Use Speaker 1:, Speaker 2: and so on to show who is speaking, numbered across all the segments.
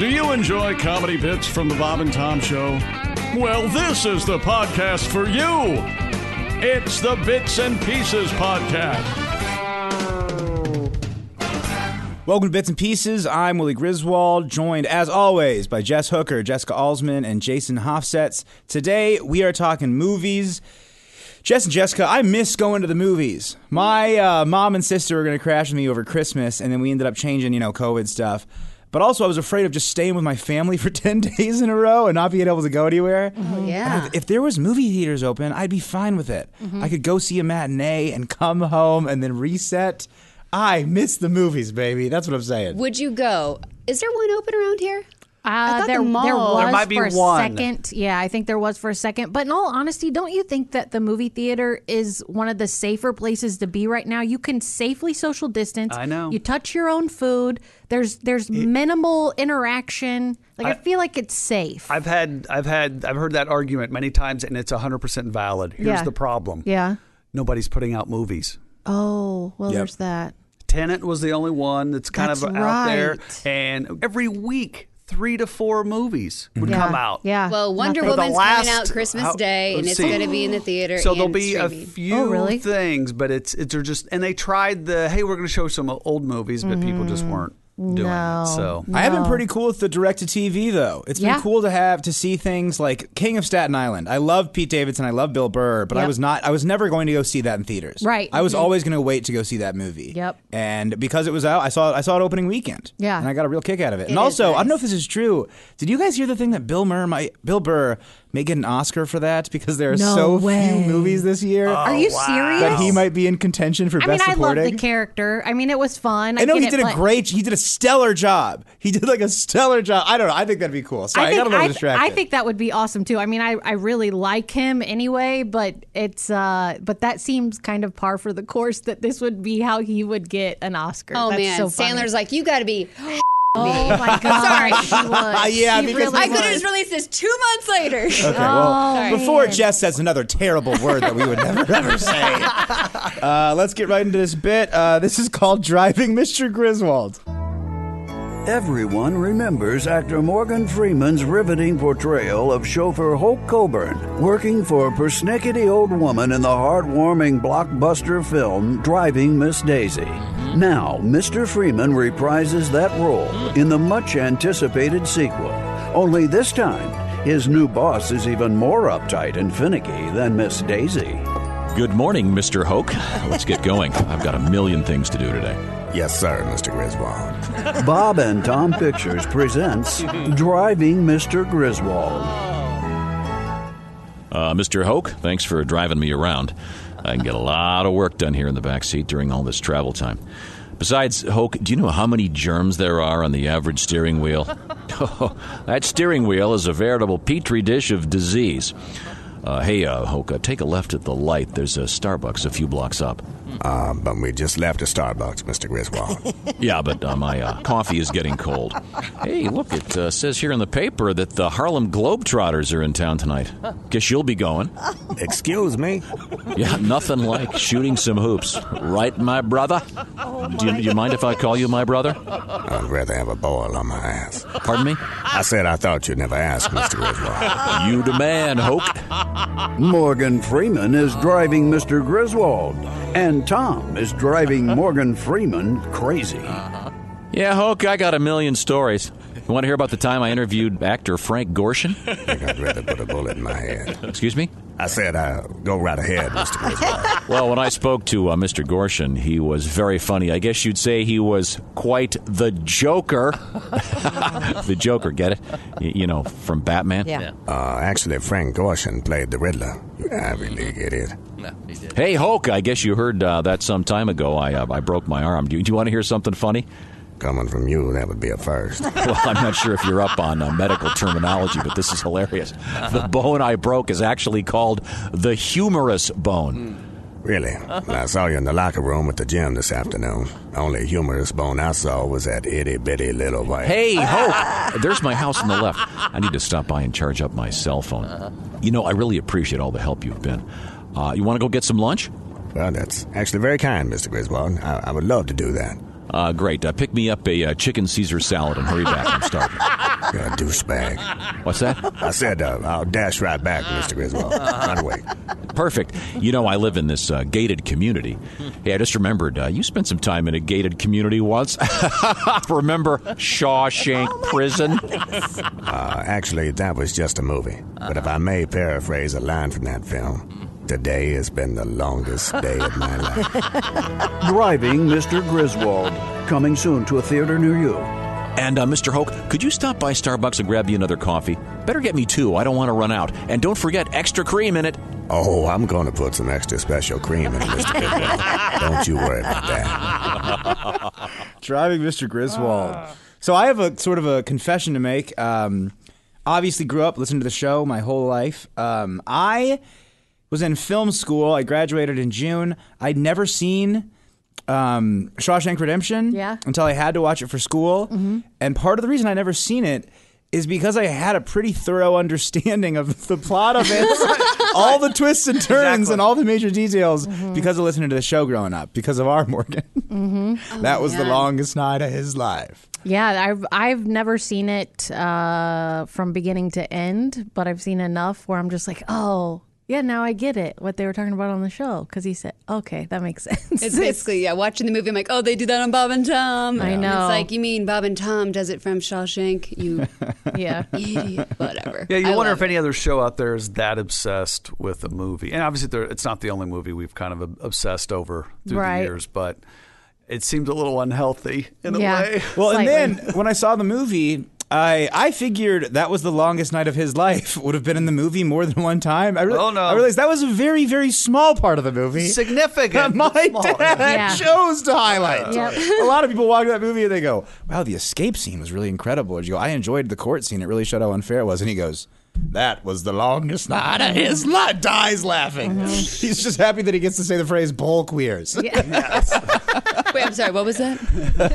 Speaker 1: Do you enjoy comedy bits from the Bob and Tom Show? Well, this is the podcast for you. It's the Bits and Pieces Podcast.
Speaker 2: Welcome to Bits and Pieces. I'm Willie Griswold, joined as always by Jess Hooker, Jessica Alsman, and Jason Hofsetz. Today we are talking movies. Jess and Jessica, I miss going to the movies. My uh, mom and sister were going to crash with me over Christmas, and then we ended up changing, you know, COVID stuff. But also, I was afraid of just staying with my family for 10 days in a row and not being able to go anywhere.
Speaker 3: Oh,
Speaker 4: Hmm.
Speaker 5: Yeah.
Speaker 2: If there was movie theaters open, I'd be fine with it.
Speaker 6: Mm-hmm.
Speaker 2: I could go see a matinee and come home and then reset. I miss the movies, baby. That's what I'm saying.
Speaker 5: Would you go? Is there one open around here?
Speaker 6: Uh,
Speaker 5: thought
Speaker 6: there,
Speaker 5: the
Speaker 6: there
Speaker 5: mall-
Speaker 6: was
Speaker 5: There
Speaker 2: might be
Speaker 6: for a
Speaker 2: one.
Speaker 6: second. Yeah, I think there was for a second. But in all honesty, don't you think that the movie theater is one of the safer places to be right now? You can safely social distance.
Speaker 7: I know.
Speaker 6: You touch your own food. There's there's minimal interaction. Like I, feel like it's safe.
Speaker 7: I've had I've had I've heard that argument many times and it's 100% valid. Here's
Speaker 6: Yeah.
Speaker 7: the problem.
Speaker 6: yeah.
Speaker 7: Nobody's putting out movies.
Speaker 6: Oh well,
Speaker 2: Yep.
Speaker 6: there's that.
Speaker 7: Tenet was the only one that's kind
Speaker 6: That's
Speaker 7: of out there
Speaker 6: right.
Speaker 7: and every week 3 to 4 movies would
Speaker 6: Yeah.
Speaker 7: come out.
Speaker 6: Yeah.
Speaker 5: Well, Wonder
Speaker 6: Nothing.
Speaker 7: For the
Speaker 5: Woman's
Speaker 7: last-
Speaker 5: coming out Christmas
Speaker 7: how-
Speaker 5: Day, and
Speaker 7: let's
Speaker 5: it's
Speaker 7: see.
Speaker 5: going to be in the theater.
Speaker 7: So
Speaker 5: and
Speaker 7: there'll be
Speaker 5: streaming.
Speaker 7: a few
Speaker 6: Oh, really?
Speaker 7: things, but it's it's are just and they tried the hey we're going to show some old movies, but people
Speaker 6: Mm-hmm.
Speaker 7: just weren't doing
Speaker 6: No.
Speaker 7: it. So
Speaker 2: I have been pretty cool with the direct to TV though. It's
Speaker 6: Yeah.
Speaker 2: been cool to have to see things like King of Staten Island. I love Pete Davidson. I love Bill Burr, but I
Speaker 6: Yep.
Speaker 2: was not. I was never going to go see that in theaters.
Speaker 6: Right. Mm-hmm.
Speaker 2: I was always going to wait to go see that movie.
Speaker 6: Yep.
Speaker 2: And because it was out, I saw it. I saw it opening weekend.
Speaker 6: Yeah.
Speaker 2: And I got a real kick out of it. and
Speaker 5: is
Speaker 2: also, I don't know
Speaker 5: nice.
Speaker 2: if this is true. Did you guys hear the thing that Bill Murr, might, Bill Burr, may get an Oscar for that because there are
Speaker 6: No
Speaker 2: so
Speaker 6: way.
Speaker 2: few movies this year
Speaker 6: Are you serious?
Speaker 2: that he might be in contention for
Speaker 6: I mean,
Speaker 2: best
Speaker 6: I love
Speaker 2: supporting.
Speaker 6: the character. I mean, it was fun.
Speaker 2: I know
Speaker 6: get
Speaker 2: he
Speaker 6: it,
Speaker 2: did a
Speaker 6: but-
Speaker 2: great, he did a stellar job. He did like a stellar job. I don't know. I think that'd be cool. Sorry, I, got a little
Speaker 6: I,
Speaker 2: distracted.
Speaker 6: I think that would be awesome too. I mean, I, I really like him anyway, but it's uh, but that seems kind of par for the course that this would be how he would get an Oscar.
Speaker 5: Oh
Speaker 6: That's
Speaker 5: man,
Speaker 6: so funny.
Speaker 5: Sandler's like, you got to be.
Speaker 6: Oh my god, sorry.
Speaker 2: Yeah, because-
Speaker 5: I could have just released this two months later.
Speaker 2: Okay, well,
Speaker 6: Oh,
Speaker 2: before
Speaker 6: man.
Speaker 2: Jess says another terrible word that we would never ever say, uh, let's get right into this bit. Uh, this is called driving Mr. Griswold.
Speaker 8: Everyone remembers actor Morgan Freeman's riveting portrayal of chauffeur Holt Coburn, working for a persnickety old woman in the heartwarming blockbuster film Driving Miss Daisy. Now, Mr. Freeman reprises that role in the much anticipated sequel. Only this time, his new boss is even more uptight and finicky than Miss Daisy.
Speaker 9: Good morning, Mr. Hoke. Let's get going. I've got a million things to do today.
Speaker 10: Yes, sir, Mr. Griswold.
Speaker 8: Bob and Tom Pictures presents Driving Mr. Griswold.
Speaker 9: Uh, Mr. Hoke, thanks for driving me around. I can get a lot of work done here in the back seat during all this travel time. Besides, Hoke, do you know how many germs there are on the average steering wheel? Oh, that steering wheel is a veritable petri dish of disease. Uh, hey, uh, Hoke, uh, take a left at the light. There's a Starbucks a few blocks up.
Speaker 10: Um, but we just left a Starbucks, Mr. Griswold.
Speaker 9: Yeah, but uh, my uh, coffee is getting cold. Hey, look, it uh, says here in the paper that the Harlem Globetrotters are in town tonight. Guess you'll be going.
Speaker 10: Excuse me.
Speaker 9: Yeah, nothing like shooting some hoops. Right, my brother? Do you, do you mind if I call you my brother?
Speaker 10: I'd rather have a boil on my ass.
Speaker 9: Pardon me?
Speaker 10: I said I thought you'd never ask, Mr. Griswold.
Speaker 9: You the man, Hoke.
Speaker 8: Morgan Freeman is driving Mr. Griswold, and Tom is driving Morgan Freeman crazy.
Speaker 9: Uh-huh. Yeah, Hoke, I got a million stories. You want to hear about the time I interviewed actor Frank Gorshin?
Speaker 10: I think I'd rather put a bullet in my head.
Speaker 9: Excuse me?
Speaker 10: I said, uh, go right ahead, Mr. Griswold.
Speaker 9: Well, when I spoke to uh, Mr. Gorshin, he was very funny. I guess you'd say he was quite the Joker. the Joker, get it? Y- you know, from Batman.
Speaker 5: Yeah.
Speaker 10: Uh, actually, Frank Gorshin played the Riddler. You Ivy League idiot.
Speaker 9: Hey, Hulk, I guess you heard uh, that some time ago. I, uh, I broke my arm. Do you, do you want to hear something funny?
Speaker 10: Coming from you, that would be a first.
Speaker 9: well, I'm not sure if you're up on uh, medical terminology, but this is hilarious. The bone I broke is actually called the humerus bone.
Speaker 10: Really?
Speaker 9: Uh-huh.
Speaker 10: I saw you in the locker room at the gym this afternoon. Only humorous bone I saw was that itty bitty little white.
Speaker 9: Hey, Hope! There's my house on the left. I need to stop by and charge up my cell
Speaker 10: Uh-huh.
Speaker 9: phone. You know, I really appreciate all the help you've been. Uh, you want to go get some lunch?
Speaker 10: Well, that's actually very kind, Mr. Griswold. I, I would love to do that.
Speaker 9: Uh, great. Uh, pick me up a uh, chicken Caesar salad and hurry back. I'm starving.
Speaker 10: You're a douchebag.
Speaker 9: What's that? Uh-huh.
Speaker 10: I said uh, I'll dash right back, Mr. Griswold. Right away.
Speaker 9: Perfect. You know, I live in this uh, gated community. Hey, I just remembered uh, you spent some time in a gated community once. Remember Shawshank Prison?
Speaker 10: Uh, actually, that was just a movie. But if I may paraphrase a line from that film, today has been the longest day of my life.
Speaker 8: Driving Mr. Griswold, coming soon to a theater near you.
Speaker 9: And uh, Mr. Hoke, could you stop by Starbucks and grab me another coffee? Better get me two. I don't want to run out. And don't forget extra cream in it.
Speaker 10: Oh, I'm going to put some extra special cream in, Mr. Griswold. Don't you worry about that.
Speaker 2: Driving Mr. Griswold.
Speaker 6: Ah.
Speaker 2: So I have a sort of a confession to make. Um, obviously, grew up listening to the show my whole life. Um, I was in film school. I graduated in June. I'd never seen um, Shawshank Redemption
Speaker 6: Yeah. Mm-hmm.
Speaker 2: until I had to watch it for school. And part of the reason I never seen it is because I had a pretty thorough understanding of the plot of it, all the twists and turns, and all the major details
Speaker 7: Mm-hmm.
Speaker 2: because of listening to the show growing up. Because of our Morgan,
Speaker 7: Oh,
Speaker 2: that was the
Speaker 5: man.
Speaker 2: longest night of his life.
Speaker 6: Mm-hmm. Yeah, I've I've never seen it uh, from beginning to end, but I've seen enough where I'm just like, oh. Yeah, now I get it. What they were talking about on the show, because he said, "Okay, that makes sense."
Speaker 5: It's basically, yeah, watching the movie, I'm like, oh, they do that on Bob and Tom.
Speaker 6: I
Speaker 5: And
Speaker 6: know.
Speaker 5: It's like, you mean Bob and Tom does it from Shawshank? You
Speaker 6: yeah,
Speaker 5: idiot. Whatever.
Speaker 7: Yeah, you
Speaker 5: I
Speaker 7: wonder
Speaker 5: love
Speaker 7: if any other show out there is that obsessed with a movie. And obviously, there, it's not the only movie we've kind of ob- obsessed over through
Speaker 6: Right.
Speaker 7: the years, but it seems a little unhealthy in
Speaker 6: Yeah.
Speaker 7: a way.
Speaker 2: Well,
Speaker 6: Slightly.
Speaker 2: and then when I saw the movie, I I figured that was the longest night of his life. Would have been in the movie more than one time. I, reali-
Speaker 7: Oh, no.
Speaker 2: I realized that was a very very small part of the movie. that
Speaker 7: Significant.
Speaker 2: my
Speaker 7: Small.
Speaker 2: dad
Speaker 6: Yeah.
Speaker 2: chose to highlight.
Speaker 6: Yep.
Speaker 2: A lot of people watch that movie and they go, "Wow, the escape scene was really incredible." Or you go, "I enjoyed the court scene; it really showed how unfair it was." And he goes, "That was the longest night of his life." Dies laughing.
Speaker 6: Mm-hmm.
Speaker 2: He's just happy that he gets to say the phrase "bull queers."
Speaker 5: it. Wait, I'm sorry, what was that?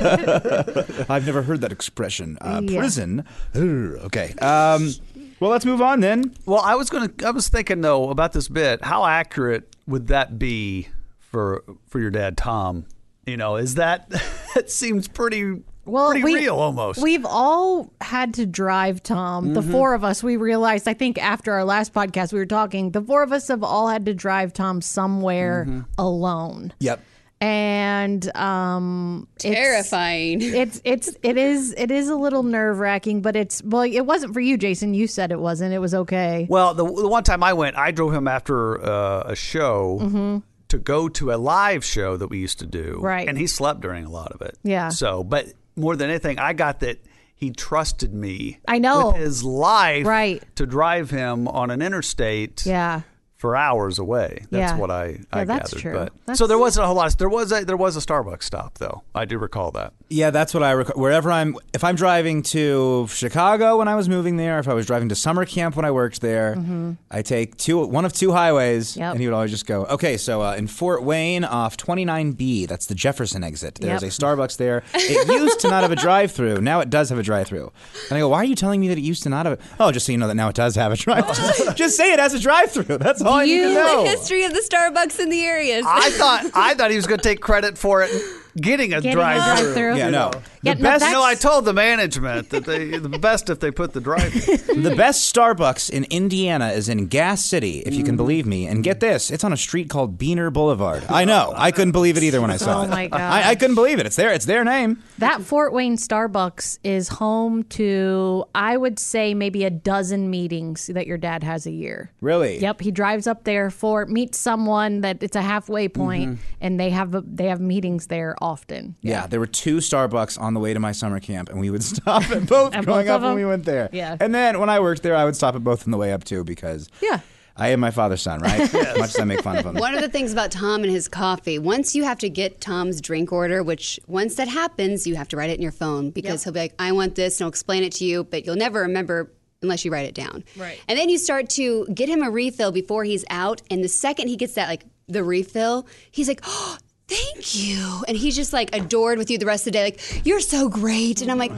Speaker 2: I've never heard that expression. Uh,
Speaker 6: Yeah.
Speaker 2: Prison. Ugh, okay. Um, well, let's move on then.
Speaker 7: Well, I was going to. I was thinking though about this bit. How accurate would that be for for your dad, Tom? You know, is that that seems pretty pretty real almost? Mm-hmm.
Speaker 6: We've all had to drive Tom. The four of us, we realized, I think after our last podcast, we were talking, the four of us have all had to drive Tom somewhere
Speaker 7: Mm-hmm.
Speaker 6: alone.
Speaker 2: Yep.
Speaker 6: And um it's-
Speaker 5: Terrifying.
Speaker 6: It's it's it is it is a little nerve wracking, but it's well, it wasn't for you, Jason. You said it wasn't. It was okay.
Speaker 7: Well, the, the one time I went, I drove him after uh, a show to go to a live show that we used to do.
Speaker 6: Mm-hmm. Right.
Speaker 7: And he slept during a lot of it.
Speaker 6: Yeah.
Speaker 7: So, but more than anything, I got that he trusted me.
Speaker 6: I know.
Speaker 7: With his life.
Speaker 6: Right.
Speaker 7: To drive him on an interstate.
Speaker 6: Yeah.
Speaker 7: For hours away. That's
Speaker 6: Yeah.
Speaker 7: what I, I
Speaker 6: Yeah, that's
Speaker 7: gathered.
Speaker 6: true.
Speaker 7: But so
Speaker 6: That's-
Speaker 7: there wasn't a whole lot. Of, there was a there was a Starbucks stop though. I do recall that.
Speaker 2: Yeah, that's what I recall. Wherever I'm, if I'm driving to Chicago when I was moving there, if I was driving to summer camp when I worked there,
Speaker 6: Mm-hmm.
Speaker 2: I take two, one of two highways,
Speaker 6: Yep.
Speaker 2: and he would always just go, "Okay, so uh, in Fort Wayne off 29B, that's the Jefferson exit. There's
Speaker 6: Yep.
Speaker 2: a Starbucks there. It used to not have a drive-through. Now it does have a drive-through." And I go, "Why are you telling me that it used to not have? A- oh, just so you know that now it does have a drive-through. just say it has a drive-through. That's all I need to
Speaker 5: you
Speaker 2: know."
Speaker 5: the history of the Starbucks in the areas.
Speaker 7: I thought I thought he was going to take credit for it getting a
Speaker 6: Getting a
Speaker 7: drive through.
Speaker 6: drive-thru.
Speaker 2: Yeah, no.
Speaker 6: Yeah,
Speaker 2: the
Speaker 6: no,
Speaker 2: best,
Speaker 6: that's-
Speaker 7: No, I told the management that they the best if they put the drive.
Speaker 2: The best Starbucks in Indiana is in Gas City, if you
Speaker 6: Mm.
Speaker 2: can believe me. And get this, it's on a street called Beener Boulevard. I know. I couldn't believe it either when I saw
Speaker 6: Oh
Speaker 2: it.
Speaker 6: my God.
Speaker 2: I, I couldn't believe it. It's their it's their name.
Speaker 6: That Fort Wayne Starbucks is home to, I would say, maybe a dozen meetings that your dad has a year.
Speaker 2: Really?
Speaker 6: Yep. He drives up there for meets someone that it's a halfway point,
Speaker 7: Mm-hmm.
Speaker 6: and they have a, they have meetings there often.
Speaker 2: Yeah, there were two Starbucks on the way to my summer camp, and we would stop at both
Speaker 6: At
Speaker 2: growing
Speaker 6: both
Speaker 2: up
Speaker 6: of
Speaker 2: when
Speaker 6: them?
Speaker 2: we went there.
Speaker 6: Yeah.
Speaker 2: And then when I worked there, I would stop at both on the way up too because
Speaker 6: Yeah.
Speaker 2: I am my father's son, right? As much as I make fun of him.
Speaker 5: One of the things about Tom and his coffee, once you have to get Tom's drink order, which once that happens, you have to write it in your phone because he'll be like, I want this, and he'll explain it to you, but you'll never remember unless you write it down. Right. And then you start to get him a refill before he's out, and the second he gets that, like the refill, he's like, oh, thank you. And he's just like adored with you the rest of the day, like, you're so great. And I'm like,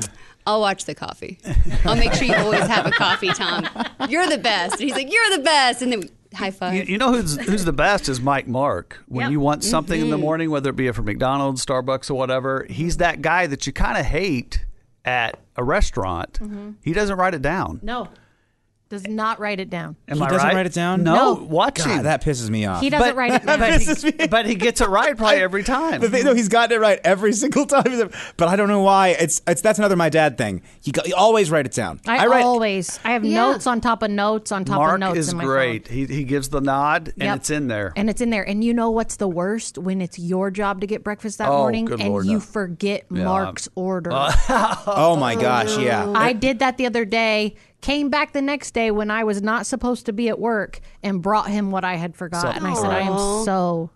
Speaker 5: I'll watch the coffee. I'll make sure you always have a coffee, Tom. You're the best. And he's like, you're the best. And then we- high five.
Speaker 7: You, you know who's who's the best is Mike Mark. When
Speaker 5: Yep.
Speaker 7: you want something in the
Speaker 5: Mhm.
Speaker 6: Mm-hmm.
Speaker 7: morning, whether it be from McDonald's, Starbucks, or whatever, he's that guy that you kind of hate at a restaurant.
Speaker 6: Mhm.
Speaker 7: He doesn't write it down.
Speaker 6: No, does not write it down.
Speaker 7: Am
Speaker 2: he
Speaker 7: I
Speaker 2: doesn't
Speaker 7: right?
Speaker 2: write it down.
Speaker 7: No, watch
Speaker 2: God,
Speaker 7: him.
Speaker 2: That pisses me off.
Speaker 6: He doesn't write it down.
Speaker 7: But he, but he gets it right probably every time.
Speaker 2: The thing, no, he's gotten it right every single time. He's ever- But I don't know why. It's it's that's another my dad thing. You, go, you always write it down.
Speaker 6: I,
Speaker 2: write
Speaker 6: always. I have notes on top of notes on top
Speaker 7: Mark
Speaker 6: of notes.
Speaker 7: is
Speaker 6: in my
Speaker 7: great. He, he gives the nod and
Speaker 6: Yep.
Speaker 7: it's in there.
Speaker 6: Phone. And it's in there. And you know what's the worst? When it's your job to get breakfast that
Speaker 7: Oh,
Speaker 6: morning
Speaker 7: good
Speaker 6: and
Speaker 7: Lord,
Speaker 6: you
Speaker 7: no.
Speaker 6: forget
Speaker 7: Yeah.
Speaker 6: Mark's order.
Speaker 2: oh my gosh, yeah.
Speaker 6: I did that the other day. Came back the next day when I was not supposed to be at work and brought him what I had forgot. and I said, I am
Speaker 2: Aw.
Speaker 6: so.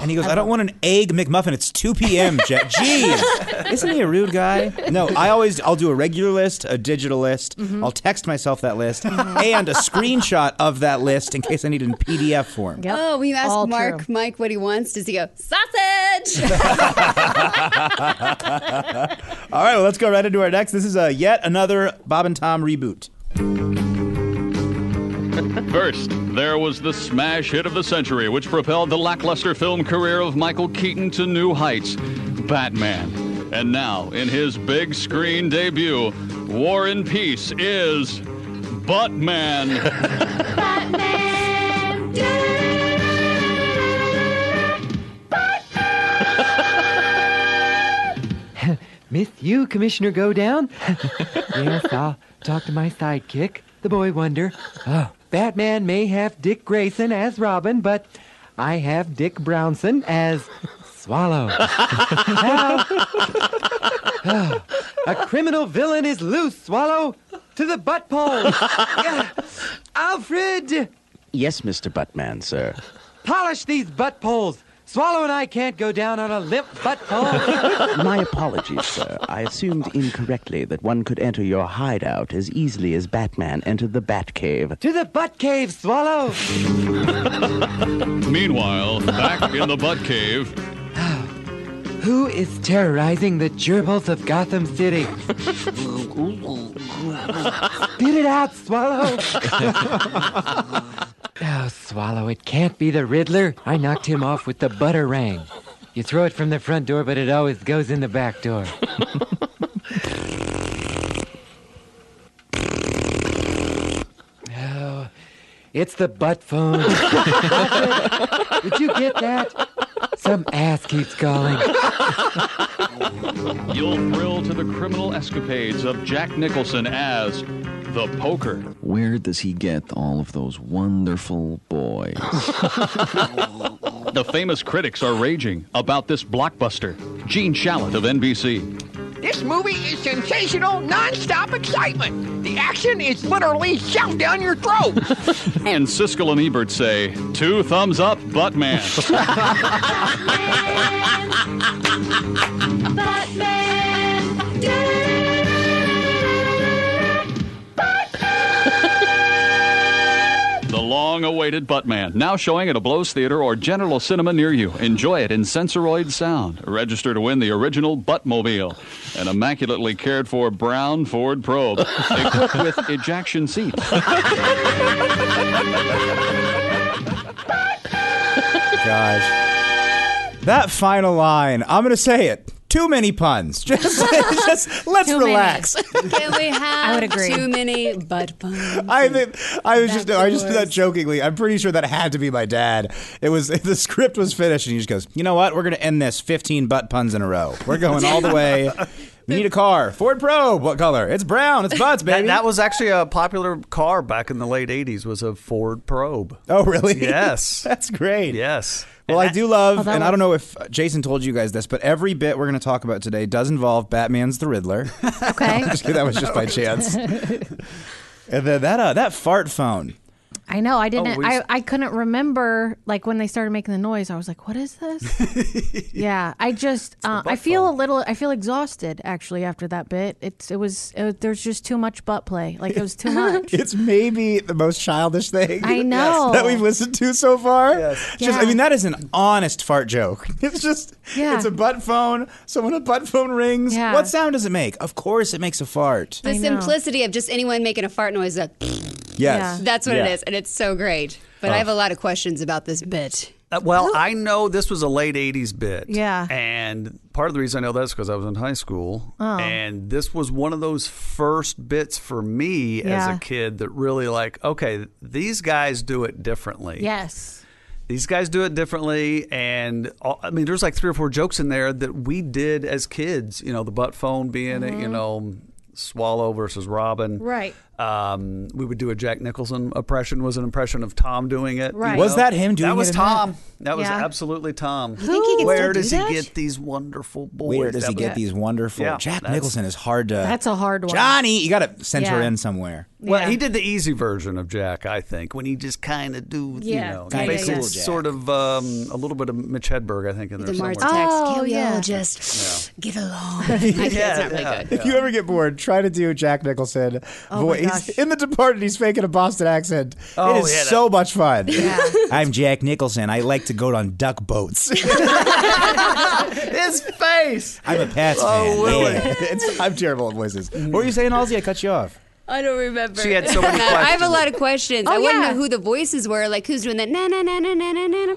Speaker 2: and he goes, I don't want an egg McMuffin. It's 2 p.m. Jet. Jeez, isn't he a rude guy? No, I always I'll do a regular list, a digital list.
Speaker 6: Mhm.
Speaker 2: I'll text myself that list and a screenshot of that list in case I need it in PDF form.
Speaker 5: Oh, when you ask
Speaker 6: All
Speaker 5: Mark Mike what he wants, does he go sausage?
Speaker 2: All right, well, let's go right into our next. This is a yet another Bob and Tom reboot.
Speaker 11: First, there was the smash hit of the century, which propelled the lackluster film career of Michael Keaton to new heights Batman. And now, in his big screen debut, War and Peace is Buttman.
Speaker 12: Myth you, Commissioner Go Down? yes, I'll talk to my sidekick, the boy wonder. Oh, Batman may have Dick Grayson as Robin, but I have Dick Brownson as Swallow. Now- Oh, a criminal villain is loose, Swallow! To the butt pole! Yeah. Alfred!
Speaker 13: Yes, Mr. Buttman, sir.
Speaker 12: Polish these butt poles! Swallow and I can't go down on a limp butt pole!
Speaker 13: My apologies, sir. I assumed incorrectly that one could enter your hideout as easily as Batman entered the Batcave.
Speaker 12: To the butt cave, Swallow!
Speaker 11: Meanwhile, back in the Butt Cave,
Speaker 12: Who is terrorizing the gerbils of Gotham City? Spit it out, Swallow! oh, Swallow, it can't be the Riddler. I knocked him off with the butterang. You throw it from the front door, but it always goes in the back door. oh, it's the butt phone. Alfred, Would you get that? Some ass keeps calling.
Speaker 11: you'll thrill to the criminal escapades of Jack Nicholson as the Poker.
Speaker 14: Where does he get all of those wonderful boys?
Speaker 11: The famous critics are raging about this blockbuster. Gene Shalit of NBC.
Speaker 15: This movie is sensational, non-stop excitement. The action is literally shoved down your throat.
Speaker 11: And Siskel and Ebert say, two thumbs up, Buttman. the long awaited Buttman, now showing at a Blows Theater or General Cinema near you. Enjoy it in Sensoroid Sound. Register to win the original Buttmobile, an immaculately cared for brown Ford probe equipped with ejection seats.
Speaker 2: Gosh. That final line, I'm going to say it. Too many puns. Just, just let's
Speaker 5: Too many.
Speaker 2: relax.
Speaker 5: Can we have
Speaker 6: I would agree.
Speaker 5: too many butt puns?
Speaker 2: I mean, I was just, I just did that jokingly. I'm pretty sure that had to be my dad. It was, the script was finished, and he just goes, you know what? We're going to end this 15 butt puns in a row. We're going all the way. We need a car. Ford Probe. What color? It's brown. It's butts, baby.
Speaker 7: That, that was actually a popular car back in the late 80s was a Ford Probe.
Speaker 2: Oh, really?
Speaker 7: Yes.
Speaker 2: That's great.
Speaker 7: Yes.
Speaker 2: Well, I do love,
Speaker 7: Oh, that
Speaker 2: and I don't
Speaker 7: was-
Speaker 2: know if Jason told you guys this, but every bit we're going to talk about today does involve Batman's the Riddler. Okay, that was just by chance. And then that uh, that fart phone.
Speaker 6: I know. I
Speaker 7: Oh,
Speaker 6: didn't.
Speaker 7: we-
Speaker 6: I, I couldn't remember. Like when they started making the noise, I was like, "What is this?" yeah. I just. Uh, I feel a little. I feel exhausted actually after that bit. It's. It was. It, there's just too much butt play. Like it was too much.
Speaker 2: it's maybe the most childish thing
Speaker 6: I know.
Speaker 2: that we've listened to so far. Yes. Just, I
Speaker 6: Yeah.
Speaker 2: mean, that is an honest fart joke. It's just,
Speaker 6: Yeah.
Speaker 2: it's a butt phone. So when a butt phone rings,
Speaker 5: Yeah.
Speaker 2: what sound does it make? Of course, it makes a fart.
Speaker 5: The simplicity of just anyone making a fart noise. That,
Speaker 2: Yes. Yeah.
Speaker 5: That's what
Speaker 2: Yeah.
Speaker 5: it is. And it's so great. But I
Speaker 7: Oh.
Speaker 5: have a lot of questions about this bit.
Speaker 7: Uh, well, I know this was a late 80s bit.
Speaker 5: Yeah.
Speaker 7: And part of the reason I know that is because I was in high school.
Speaker 6: Oh.
Speaker 7: And this was one of those first bits for me as
Speaker 6: Yeah.
Speaker 7: a kid that really, like, okay, these guys do it differently.
Speaker 6: yes.
Speaker 7: These guys do it differently. And all, I mean, there's like three or four jokes in there that we did as kids, you know, the butt phone being, it, you know, Swallow versus Robin.
Speaker 6: Mm-hmm. Right.
Speaker 7: Um, we would do a Jack Nicholson impression was an impression of Tom doing it. you
Speaker 6: Right. Was
Speaker 7: know?
Speaker 2: that him doing
Speaker 7: That was
Speaker 2: it or not?
Speaker 7: Tom. That was
Speaker 2: Yeah.
Speaker 7: absolutely Tom.
Speaker 2: You think he can
Speaker 7: Where
Speaker 2: still do
Speaker 7: does
Speaker 2: that?
Speaker 7: he get these wonderful boys?
Speaker 2: Where does
Speaker 7: That
Speaker 2: he
Speaker 7: was-
Speaker 2: get these wonderful?
Speaker 7: Yeah,
Speaker 2: Jack
Speaker 7: that's-
Speaker 2: Nicholson is hard to.
Speaker 6: That's a hard one.
Speaker 2: uh, Johnny, you got to center
Speaker 6: Yeah.
Speaker 2: in somewhere.
Speaker 7: Well, he did the easy version of Jack, I think, when he just kind of do,
Speaker 6: Yeah,
Speaker 7: you know,
Speaker 6: kinda
Speaker 7: basically
Speaker 6: cool Jack.
Speaker 7: sort of um, a little bit of Mitch Hedberg, I think, in there
Speaker 5: The
Speaker 7: somewhere.
Speaker 5: Mars attacks.
Speaker 6: Oh,
Speaker 5: Can we
Speaker 6: yeah.
Speaker 5: all just get along? I
Speaker 7: Yeah,
Speaker 5: can't- it's not really
Speaker 7: yeah,
Speaker 5: good.
Speaker 7: yeah.
Speaker 2: If you ever get bored, try to do Jack Nicholson
Speaker 6: Oh my
Speaker 2: voice.
Speaker 6: gosh.
Speaker 2: in The Departed, he's faking a Boston accent. it
Speaker 7: Oh,
Speaker 2: is
Speaker 7: yeah, that-
Speaker 2: so much fun. I'm Jack Nicholson. I like to go on duck boats.
Speaker 7: His face.
Speaker 2: I'm a Pats
Speaker 7: Oh,
Speaker 2: fan.
Speaker 7: Willie.
Speaker 2: Yeah. It's- I'm terrible at voices. What were you saying, Halsey? I cut you off.
Speaker 5: I don't remember.
Speaker 2: She had so many
Speaker 5: I have a
Speaker 2: questions.
Speaker 5: lot of questions.
Speaker 6: Oh,
Speaker 5: I want to
Speaker 6: yeah.
Speaker 5: know who the voices were. Like, who's doing that? Na na na na na na na. na.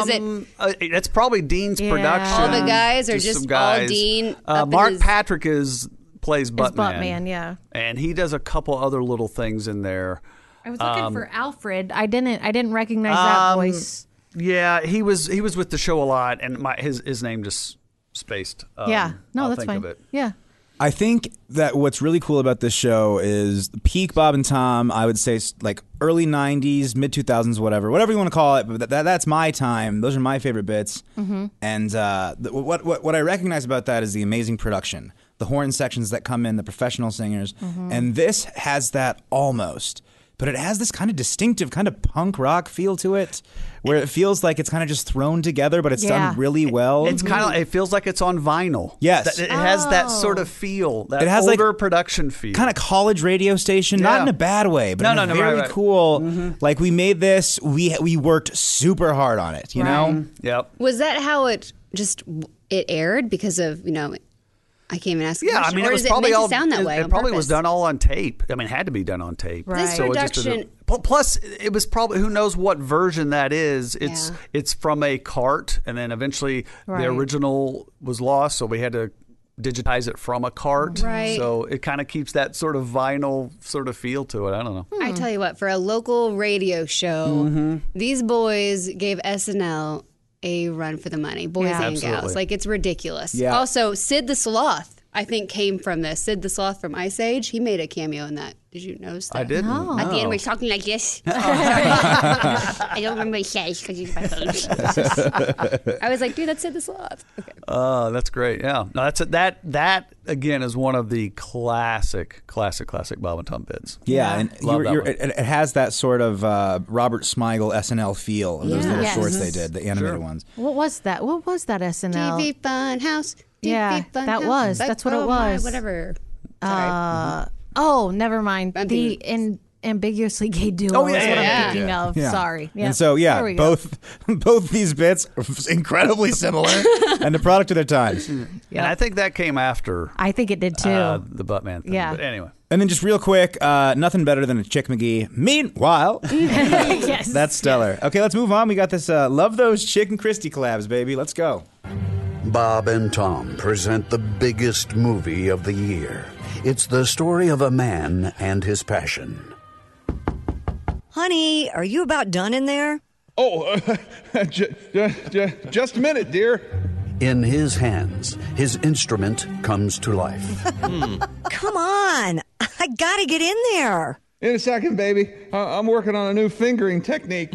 Speaker 5: Is it?
Speaker 7: Um, uh, that's probably Dean's
Speaker 5: Yeah.
Speaker 7: production.
Speaker 5: All the guys are just
Speaker 7: some
Speaker 5: all
Speaker 7: guys.
Speaker 5: Dean
Speaker 7: Uh,
Speaker 5: up in
Speaker 7: Mark
Speaker 5: his-
Speaker 7: Patrick is plays Buttman.
Speaker 6: Buttman, yeah.
Speaker 7: And he does a couple other little things in there.
Speaker 6: I was looking
Speaker 7: Um,
Speaker 6: for Alfred. I didn't. I didn't recognize that
Speaker 7: Um,
Speaker 6: voice.
Speaker 7: Yeah, he was he was with the show a lot, and my his his name just spaced. Um,
Speaker 6: yeah. No,
Speaker 7: I'll
Speaker 6: that's
Speaker 7: think
Speaker 6: fine.
Speaker 7: Of it.
Speaker 6: Yeah.
Speaker 2: I think that what's really cool about this show is peak Bob and Tom. I would say s- like early '90s, mid 2000s, whatever, whatever you want to call it. But that, that, that's my time. Those are my favorite bits.
Speaker 6: Mm-hmm.
Speaker 16: Mhm.
Speaker 2: And uh, th- what, what what I recognize about that is the amazing production, the horn sections that come in, the professional singers,
Speaker 16: Mhm.
Speaker 2: and this has that almost. But it has this kind of distinctive, kind of punk rock feel to it, where it feels like it's kind of just thrown together, but it's
Speaker 7: Yeah.
Speaker 2: done really well.
Speaker 7: It's kind of it feels like it's on vinyl.
Speaker 2: Oh. Yes.
Speaker 7: That- it has that sort
Speaker 6: Oh.
Speaker 7: of feel. That
Speaker 2: It has, like,
Speaker 7: older production feel.
Speaker 2: kind of college radio station, not
Speaker 7: Yeah.
Speaker 2: in a bad way, but
Speaker 7: No,
Speaker 2: in
Speaker 7: no,
Speaker 2: a
Speaker 7: no,
Speaker 2: very
Speaker 7: right, Mm-hmm. right.
Speaker 2: cool. Like we made this, we we worked super hard on it, you know.
Speaker 7: Mm-hmm. Yep.
Speaker 5: Was that how it just it aired because of you know? I can't even ask. the
Speaker 7: Yeah, I
Speaker 5: question.
Speaker 7: mean,
Speaker 5: or
Speaker 7: it was
Speaker 5: is
Speaker 7: probably
Speaker 5: it meant
Speaker 7: all.
Speaker 5: to sound that
Speaker 7: it,
Speaker 5: way.
Speaker 7: it
Speaker 5: on
Speaker 7: probably
Speaker 5: purpose?
Speaker 7: was done all on tape. I mean, it had to be done on tape.
Speaker 5: Right. This
Speaker 7: it just did a-
Speaker 5: production-
Speaker 7: pl- plus, it was probably who knows what version that is. It's it's from a cart, and then eventually
Speaker 5: Right.
Speaker 7: the original was lost, so we had to digitize it from a cart.
Speaker 5: Right.
Speaker 7: So it kind of keeps that sort of vinyl sort of feel to it. I don't know.
Speaker 5: I tell you what, for a local radio show,
Speaker 7: Mhm.
Speaker 5: these boys gave SNL a run for the money. Boys
Speaker 7: Yeah.
Speaker 5: and
Speaker 7: Absolutely.
Speaker 5: gals, like it's ridiculous.
Speaker 7: Yeah.
Speaker 5: Also, Sid the Sloth, I think, came from this. Sid the Sloth from Ice Age, he made a cameo in that. Did you notice that?
Speaker 7: I didn't, No.
Speaker 5: At the end,
Speaker 7: no.
Speaker 5: we're talking like this. I don't remember what he says because he's my phone. I was like, dude, that's Sid the Sloth.
Speaker 7: Mm-hmm. Oh, that's great. Yeah. No, that's a, that that again is one of the classic, classic, classic Bob and Tom bits.
Speaker 2: Yeah, and
Speaker 7: Love
Speaker 2: you're,
Speaker 7: that
Speaker 2: you're,
Speaker 7: one.
Speaker 2: it, it has that sort of uh, Robert Smigel SNL feel of those
Speaker 6: Yeah.
Speaker 2: little
Speaker 6: Yes. Mm-hmm.
Speaker 2: shorts they did, the animated
Speaker 6: Sure.
Speaker 2: ones.
Speaker 6: What was that? What was that SNL?
Speaker 5: TV Fun House. TV
Speaker 6: yeah,
Speaker 5: Fun
Speaker 6: that
Speaker 5: House,
Speaker 6: was.
Speaker 5: like,
Speaker 6: That's what it
Speaker 5: oh my,
Speaker 6: was.
Speaker 5: whatever.
Speaker 6: Uh, oh, never mind. the in, ambiguously gay duo
Speaker 5: Oh,
Speaker 6: is
Speaker 5: yeah,
Speaker 6: what
Speaker 5: yeah,
Speaker 6: I'm thinking of.
Speaker 2: Yeah.
Speaker 6: Sorry.
Speaker 2: And so
Speaker 6: There
Speaker 2: yeah,
Speaker 6: we go.
Speaker 2: both both these bits are incredibly similar and the product of their times.
Speaker 7: And I think that came after
Speaker 6: I think it did too.
Speaker 7: uh, the Buttman thing.
Speaker 6: Yeah.
Speaker 7: But anyway.
Speaker 2: And then just real quick, uh, nothing better than a Chick McGee. Meanwhile,
Speaker 6: yes.
Speaker 2: that's stellar. Okay, let's move on. We got this. Uh, Love those Chick and Christie collabs, baby. Let's go.
Speaker 8: Bob and Tom present the biggest movie of the year. It's the story of a man and his passion.
Speaker 17: Honey, are you about done in there?
Speaker 18: Oh, j- j- j- just a minute, dear.
Speaker 8: In his hands, his instrument comes to life. Hmm.
Speaker 17: Come on. I gotta get in there.
Speaker 18: In a second, baby. I- I'm working on a new fingering technique.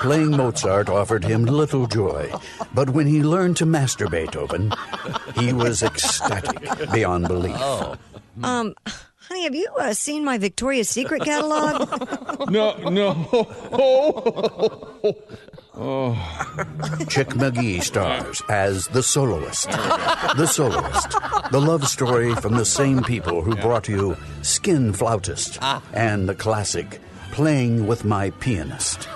Speaker 8: Playing Mozart offered him little joy, but when he learned to master
Speaker 18: Oh.
Speaker 8: Beethoven, he was ecstatic beyond belief.
Speaker 17: Um, honey, Danny, have you uh, seen my Victoria's Secret catalog?
Speaker 18: No, no. Oh.
Speaker 16: Oh. Chick McGee stars as the soloist. The soloist. The love story from the same people who brought you Skin Flautist
Speaker 4: Ah.
Speaker 16: and the classic Playing with My Pianist.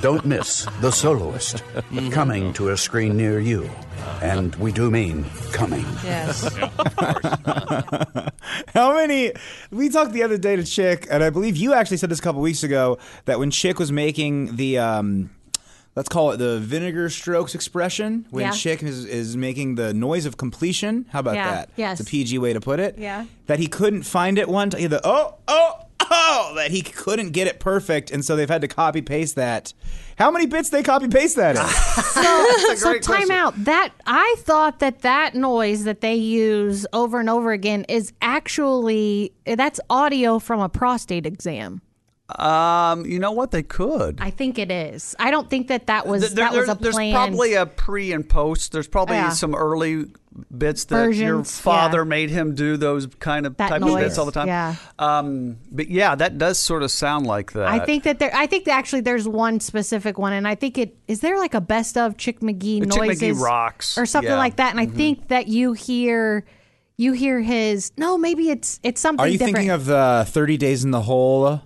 Speaker 16: Don't miss The Soloist coming to a screen near you. And we do mean coming.
Speaker 2: Yes. How many? We talked the other day to Chick, and I believe you actually said this a couple weeks ago that when Chick was making the, um, let's call it the vinegar strokes expression, when
Speaker 6: Yeah.
Speaker 2: Chick is, is making the noise of completion. How about
Speaker 6: Yeah,
Speaker 2: that?
Speaker 6: yes.
Speaker 2: It's a PG way to put it.
Speaker 6: Yeah.
Speaker 2: That he couldn't find it one time. The oh, oh, oh, that he couldn't get it perfect, and so they've had to copy paste that. How many bits they copy paste that in?
Speaker 6: So, so time out. That I thought that that noise that they use over and over again is actually eh, that's audio from a prostate exam.
Speaker 7: Um, you know what? They could.
Speaker 6: I think it is. I don't think that that was
Speaker 7: Th- there-
Speaker 6: that was a
Speaker 7: there's- there's
Speaker 6: plan.
Speaker 7: probably a pre and post. There's probably
Speaker 6: Yeah.
Speaker 7: some early bits that your
Speaker 6: Versions,
Speaker 7: father
Speaker 6: yeah.
Speaker 7: made him do those kind of
Speaker 6: That
Speaker 7: type
Speaker 6: noise,
Speaker 7: of bits all the time.
Speaker 6: yeah.
Speaker 7: Um, but yeah, that does sort of sound like that.
Speaker 6: I think that there. I think actually there's one specific one, and I think it is there like a best of Chick McGee
Speaker 7: The Chick McGee
Speaker 6: noises
Speaker 7: rocks,
Speaker 6: or something
Speaker 7: yeah.
Speaker 6: like that. And I
Speaker 7: Mhm.
Speaker 6: think that you hear, you hear his. No, maybe it's it's something.
Speaker 2: Are you
Speaker 6: different.
Speaker 2: thinking of the 30 Days in the Hole,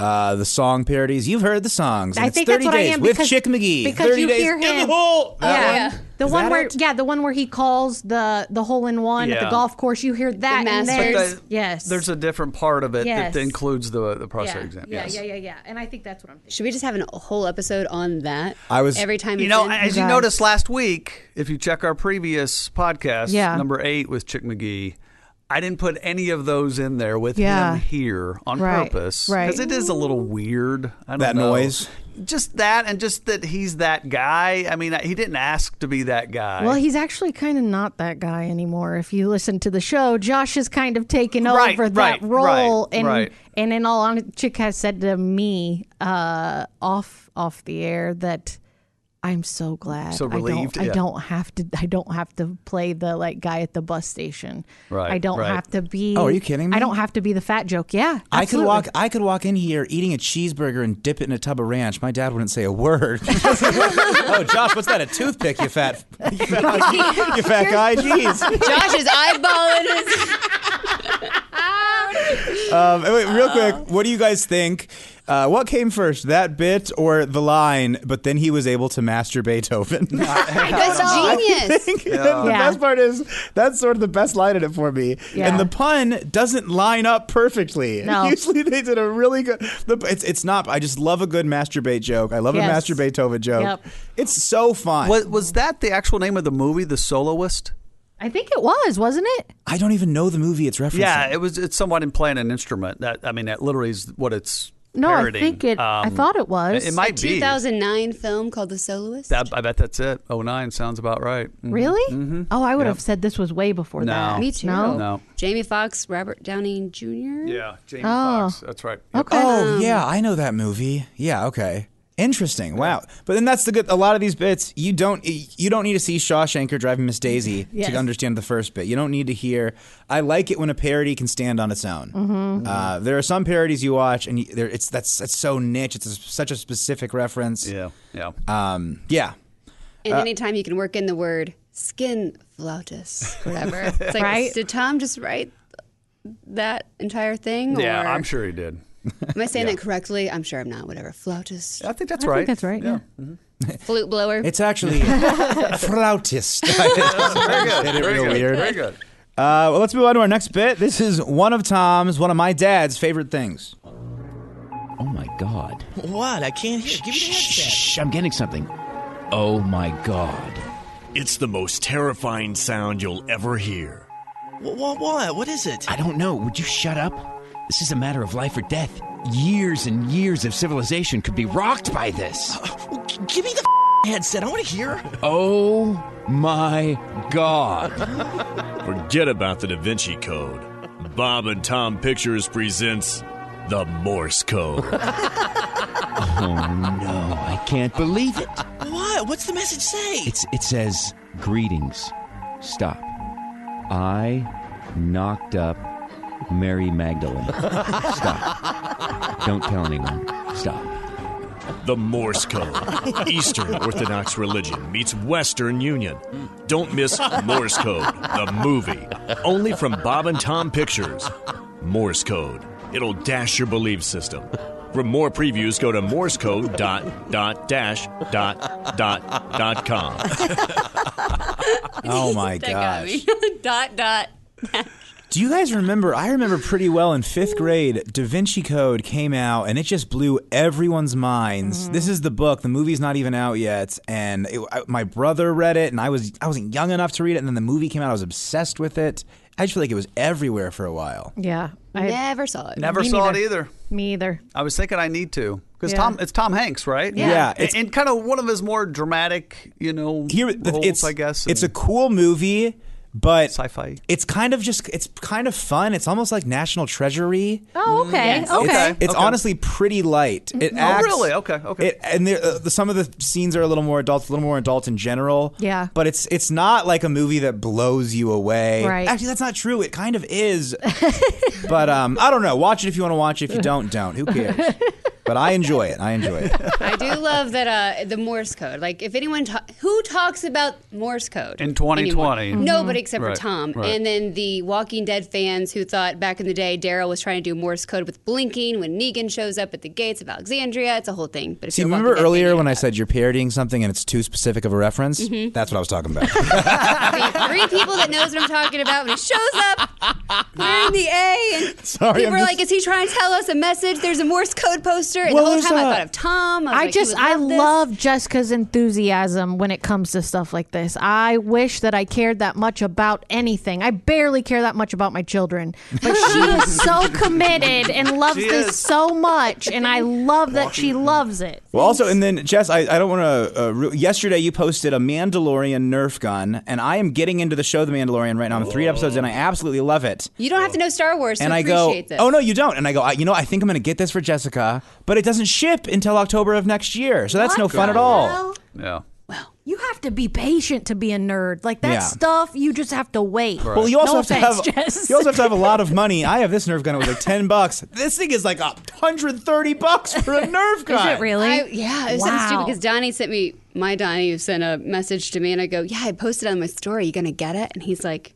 Speaker 2: uh, the song parodies? You've heard the songs. and
Speaker 6: I
Speaker 2: it's
Speaker 6: think
Speaker 2: 30
Speaker 6: that's what
Speaker 2: days
Speaker 6: I am
Speaker 2: with
Speaker 6: because,
Speaker 2: Chick McGee.
Speaker 6: Because
Speaker 2: 30
Speaker 6: you
Speaker 2: days
Speaker 6: hear
Speaker 2: in
Speaker 6: him.
Speaker 2: the hole. That
Speaker 6: yeah.
Speaker 2: one.
Speaker 6: The
Speaker 2: Is
Speaker 6: one
Speaker 2: that
Speaker 6: where
Speaker 2: it?
Speaker 6: yeah, the one where he calls the the hole in one at
Speaker 7: Yeah.
Speaker 6: the golf course. You hear that and
Speaker 7: But
Speaker 6: there's
Speaker 7: the-
Speaker 6: yes.
Speaker 7: There's a different part of it
Speaker 6: Yes.
Speaker 7: that includes the the prostate
Speaker 5: Yeah.
Speaker 7: exam.
Speaker 5: Yeah,
Speaker 7: yes.
Speaker 5: yeah,
Speaker 6: yeah, yeah. And I think that's what I'm thinking.
Speaker 5: Should we just have an- a whole episode on that?
Speaker 7: I was-
Speaker 5: every time
Speaker 7: You
Speaker 5: it's
Speaker 7: know,
Speaker 5: in?
Speaker 7: as you noticed last week, if you check our previous podcast,
Speaker 5: Yeah.
Speaker 7: number eight with Chick McGee, I didn't put any of those in there with
Speaker 6: Yeah.
Speaker 7: him here on
Speaker 6: Right,
Speaker 7: purpose
Speaker 6: right.
Speaker 7: because it is a little weird. I don't
Speaker 2: That
Speaker 7: know.
Speaker 2: noise.
Speaker 7: just that, and just that he's that guy. I mean, he didn't ask to be that guy.
Speaker 6: well, he's actually kind of not that guy anymore. If you listen to the show, Josh has kind of taken
Speaker 7: Right,
Speaker 6: over
Speaker 7: right,
Speaker 6: that role,
Speaker 7: right,
Speaker 6: and
Speaker 7: right.
Speaker 6: and in all honesty, Chick has said to me uh, off off the air that I'm so glad.
Speaker 7: So relieved,
Speaker 6: I don't,
Speaker 7: yeah.
Speaker 6: I don't have to. I don't have to play the like guy at the bus station.
Speaker 2: Right,
Speaker 6: I don't
Speaker 2: right.
Speaker 6: have to be.
Speaker 2: Oh, are you kidding me?
Speaker 6: I don't have to be the fat joke. Yeah.
Speaker 2: I could
Speaker 6: absolutely.
Speaker 2: walk. I could walk in here eating a cheeseburger and dip it in a tub of ranch. My dad wouldn't say a word. oh, Josh, what's that? A toothpick? You fat, you fat, you fat guy. Jeez.
Speaker 5: Josh is eyeballing his
Speaker 2: Um, wait, real
Speaker 6: Uh.
Speaker 2: quick, what do you guys think? Uh, what came first, that bit or the line? But then he was able to master Beethoven.
Speaker 5: That's genius.
Speaker 2: Yeah. The best part is that's sort of the best line in it for me,
Speaker 5: Yeah.
Speaker 2: and the pun doesn't line up perfectly.
Speaker 5: No.
Speaker 2: Usually they did a really good. The, it's it's not. I just love a good masturbate joke. I love
Speaker 7: Yes.
Speaker 2: a masturbate Beethoven joke.
Speaker 7: Yep.
Speaker 2: It's so fun.
Speaker 7: was, was that the actual name of the movie, The Soloist?
Speaker 6: I think it was, wasn't it?
Speaker 2: I don't even know the movie it's referencing.
Speaker 7: Yeah, it was. It's someone playing an instrument. That I mean, that literally is what it's.
Speaker 6: No, I
Speaker 7: parroting.
Speaker 6: think it- I
Speaker 7: Um,
Speaker 6: thought it was.
Speaker 7: It, might
Speaker 5: a
Speaker 7: be.
Speaker 5: 2009 film called The Soloist.
Speaker 7: That, I bet that's it. 09 sounds about right. Mhm.
Speaker 6: Really?
Speaker 7: Mhm.
Speaker 6: Oh, I would
Speaker 7: Yep.
Speaker 6: have said this was way before
Speaker 7: No.
Speaker 6: that.
Speaker 7: Me too.
Speaker 6: No.
Speaker 7: No.
Speaker 5: Jamie Foxx, Robert Downey Jr.
Speaker 7: Yeah, Jamie
Speaker 6: Oh.
Speaker 7: Foxx. That's right.
Speaker 2: Oh yeah, I know that movie. Yeah, okay. Interesting. Wow. But then that's the good a lot of these bits you don't you don't need to see Shawshank or Driving Miss Daisy
Speaker 6: Yes.
Speaker 2: to understand the first bit. You don't need to hear I like it when a parody can stand on its own.
Speaker 6: Mhm.
Speaker 2: Uh, there are some parodies you watch and you, there it's that's that's so niche. It's a, such a specific reference. Yeah.
Speaker 7: Yeah.
Speaker 2: Um yeah.
Speaker 5: And
Speaker 2: Uh,
Speaker 5: anytime you can work in the word skin flautist, whatever. It's like,
Speaker 7: Right?
Speaker 5: did Tom just write that entire thing?
Speaker 7: Yeah,
Speaker 5: or
Speaker 7: I'm sure he did.
Speaker 5: Am I saying that correctly? I'm sure I'm not. Whatever. Flautist.
Speaker 7: I think that's I think right. that's
Speaker 6: right. Yeah.
Speaker 5: Flute blower.
Speaker 2: It's actually flautist. Very
Speaker 7: good.
Speaker 2: Did it
Speaker 7: Very
Speaker 2: real
Speaker 7: good.
Speaker 2: weird.
Speaker 7: Very good.
Speaker 2: Uh, well, let's move on to our next bit. This is one of Tom's, one of my dad's favorite things.
Speaker 14: Oh my god.
Speaker 4: What? I can't hear. Give me the headset.
Speaker 14: Shh, I'm getting something. Oh my god.
Speaker 19: It's the most terrifying sound you'll ever hear.
Speaker 4: What, what? What? What is it?
Speaker 14: I don't know. Would you shut up? This is a matter of life or death. Years and years of civilization could be rocked by this.
Speaker 4: Uh, G- give me the headset. I want to hear.
Speaker 14: Oh my god.
Speaker 19: Forget about the Da Vinci Code. Bob and Tom Pictures presents the Morse Code.
Speaker 14: Oh no, I can't believe it.
Speaker 4: What? What's the message say?
Speaker 14: It's it says greetings. Stop. I knocked up
Speaker 20: Mary Magdalene. Stop. Don't tell anyone. Stop.
Speaker 19: The Morse Code. Eastern Orthodox religion meets Western Union. Don't miss Morse Code, the movie. Only from Bob and Tom Pictures. Morse Code. It'll dash your belief system. For more previews, go to morsecode dot dot dash dot dot dot com.
Speaker 2: Oh my
Speaker 5: That got
Speaker 2: gosh.
Speaker 5: me. dot dot.
Speaker 2: Do you guys remember? I remember pretty well in fifth grade, Da Vinci Code came out and it just blew everyone's minds. This is the book. The movie's not even out yet, and it, I, my brother read it, and I was I wasn't young enough to read it. And then the movie came out. I was obsessed with it. I just feel like it was everywhere for a while.
Speaker 6: Yeah. I
Speaker 5: never saw it.
Speaker 7: Never saw it either.
Speaker 6: Me either.
Speaker 7: I was thinking I need to because
Speaker 6: Yeah.
Speaker 7: Tom it's Tom Hanks, right?
Speaker 2: Yeah. Yeah,
Speaker 7: A-
Speaker 2: it's-
Speaker 7: and, kind of one of his more dramatic, you know,
Speaker 2: Here,
Speaker 7: roles,
Speaker 2: it's
Speaker 7: I guess.
Speaker 2: it's a
Speaker 7: and-
Speaker 2: cool movie, but
Speaker 7: sci-fi.
Speaker 2: It's kind of just it's kind of fun. It's almost like National Treasury.
Speaker 6: Oh, okay.
Speaker 2: It's-
Speaker 6: Okay.
Speaker 2: It's, it's honestly pretty light. It
Speaker 7: Oh,
Speaker 2: acts,
Speaker 7: really? Okay, okay.
Speaker 2: It, and there, uh, the, some of the scenes are a little more adult, a little more adult in general.
Speaker 6: Yeah.
Speaker 2: But it's it's not like a movie that blows you away.
Speaker 6: Right.
Speaker 2: Actually, that's not true. It kind of is. but um, I don't know. Watch it if you want to watch it. If you don't, don't. Who cares? but I enjoy it. I enjoy it.
Speaker 5: I do love that uh, the Morse code. Like, if anyone ta- who talks about Morse code
Speaker 7: In 2020.
Speaker 5: anymore?
Speaker 7: Mhm.
Speaker 5: nobody except
Speaker 7: Right,
Speaker 5: for Tom,
Speaker 7: right.
Speaker 5: and then the Walking Dead fans who thought back in the day Daryl was trying to do Morse code with blinking when Negan shows up at the gates of Alexandria. It's a whole thing. But if
Speaker 2: See,
Speaker 5: you're
Speaker 2: remember
Speaker 5: Walking
Speaker 2: earlier when I said you're parodying something and it's too specific of a reference?
Speaker 6: Mm-hmm.
Speaker 5: Mhm.
Speaker 2: That's what I was talking about.
Speaker 5: Dead fan, three people that knows what I'm talking about when he shows up wearing the A, and
Speaker 2: Sorry,
Speaker 5: people
Speaker 2: I'm
Speaker 5: are
Speaker 2: just-
Speaker 5: like, "Is he trying to tell us a message?" There's a Morse code poster, and
Speaker 6: Well,
Speaker 5: the whole
Speaker 6: there's
Speaker 5: time I
Speaker 6: a-
Speaker 5: thought of Tom. I, was
Speaker 6: I
Speaker 5: like, he
Speaker 6: just
Speaker 5: would
Speaker 6: I
Speaker 5: love this.
Speaker 6: love Jessica's enthusiasm when it comes to stuff like this. I wish that I cared that much about anything. I barely care that much about my children, but she is so committed and loves
Speaker 2: She
Speaker 6: this
Speaker 2: is.
Speaker 6: so much, and I love that she loves it.
Speaker 2: Well, also, and then Jess, I, I don't want to. Uh, ru- yesterday, you posted a Mandalorian Nerf gun, and I am getting into the show The Mandalorian right now. I'm three episodes in. I absolutely love it.
Speaker 5: You don't have to know Star Wars to
Speaker 2: and I go,
Speaker 5: Oh. appreciate this.
Speaker 2: oh no, you don't. And I go, I, you know, I think I'm going to get this for Jessica, but it doesn't ship until October of next year, so that's
Speaker 6: What
Speaker 2: no fun
Speaker 6: the
Speaker 2: at all.
Speaker 6: hell?
Speaker 7: Yeah.
Speaker 6: You have to be patient to be a nerd. Like that
Speaker 2: Yeah.
Speaker 6: stuff, you just have to wait.
Speaker 2: Well, you also
Speaker 6: No
Speaker 2: have
Speaker 6: offense,
Speaker 2: to have
Speaker 6: Jess.
Speaker 2: you also have to have a lot of money. I have this Nerf gun; it was like ten bucks. This thing is like a hundred thirty bucks for a Nerf gun.
Speaker 5: I- yeah, it was something stupid
Speaker 6: Wow.
Speaker 5: because Donnie sent me my Donnie who sent a message to me, and I go, "Yeah, I posted on my story. You gonna get it?" And he's like,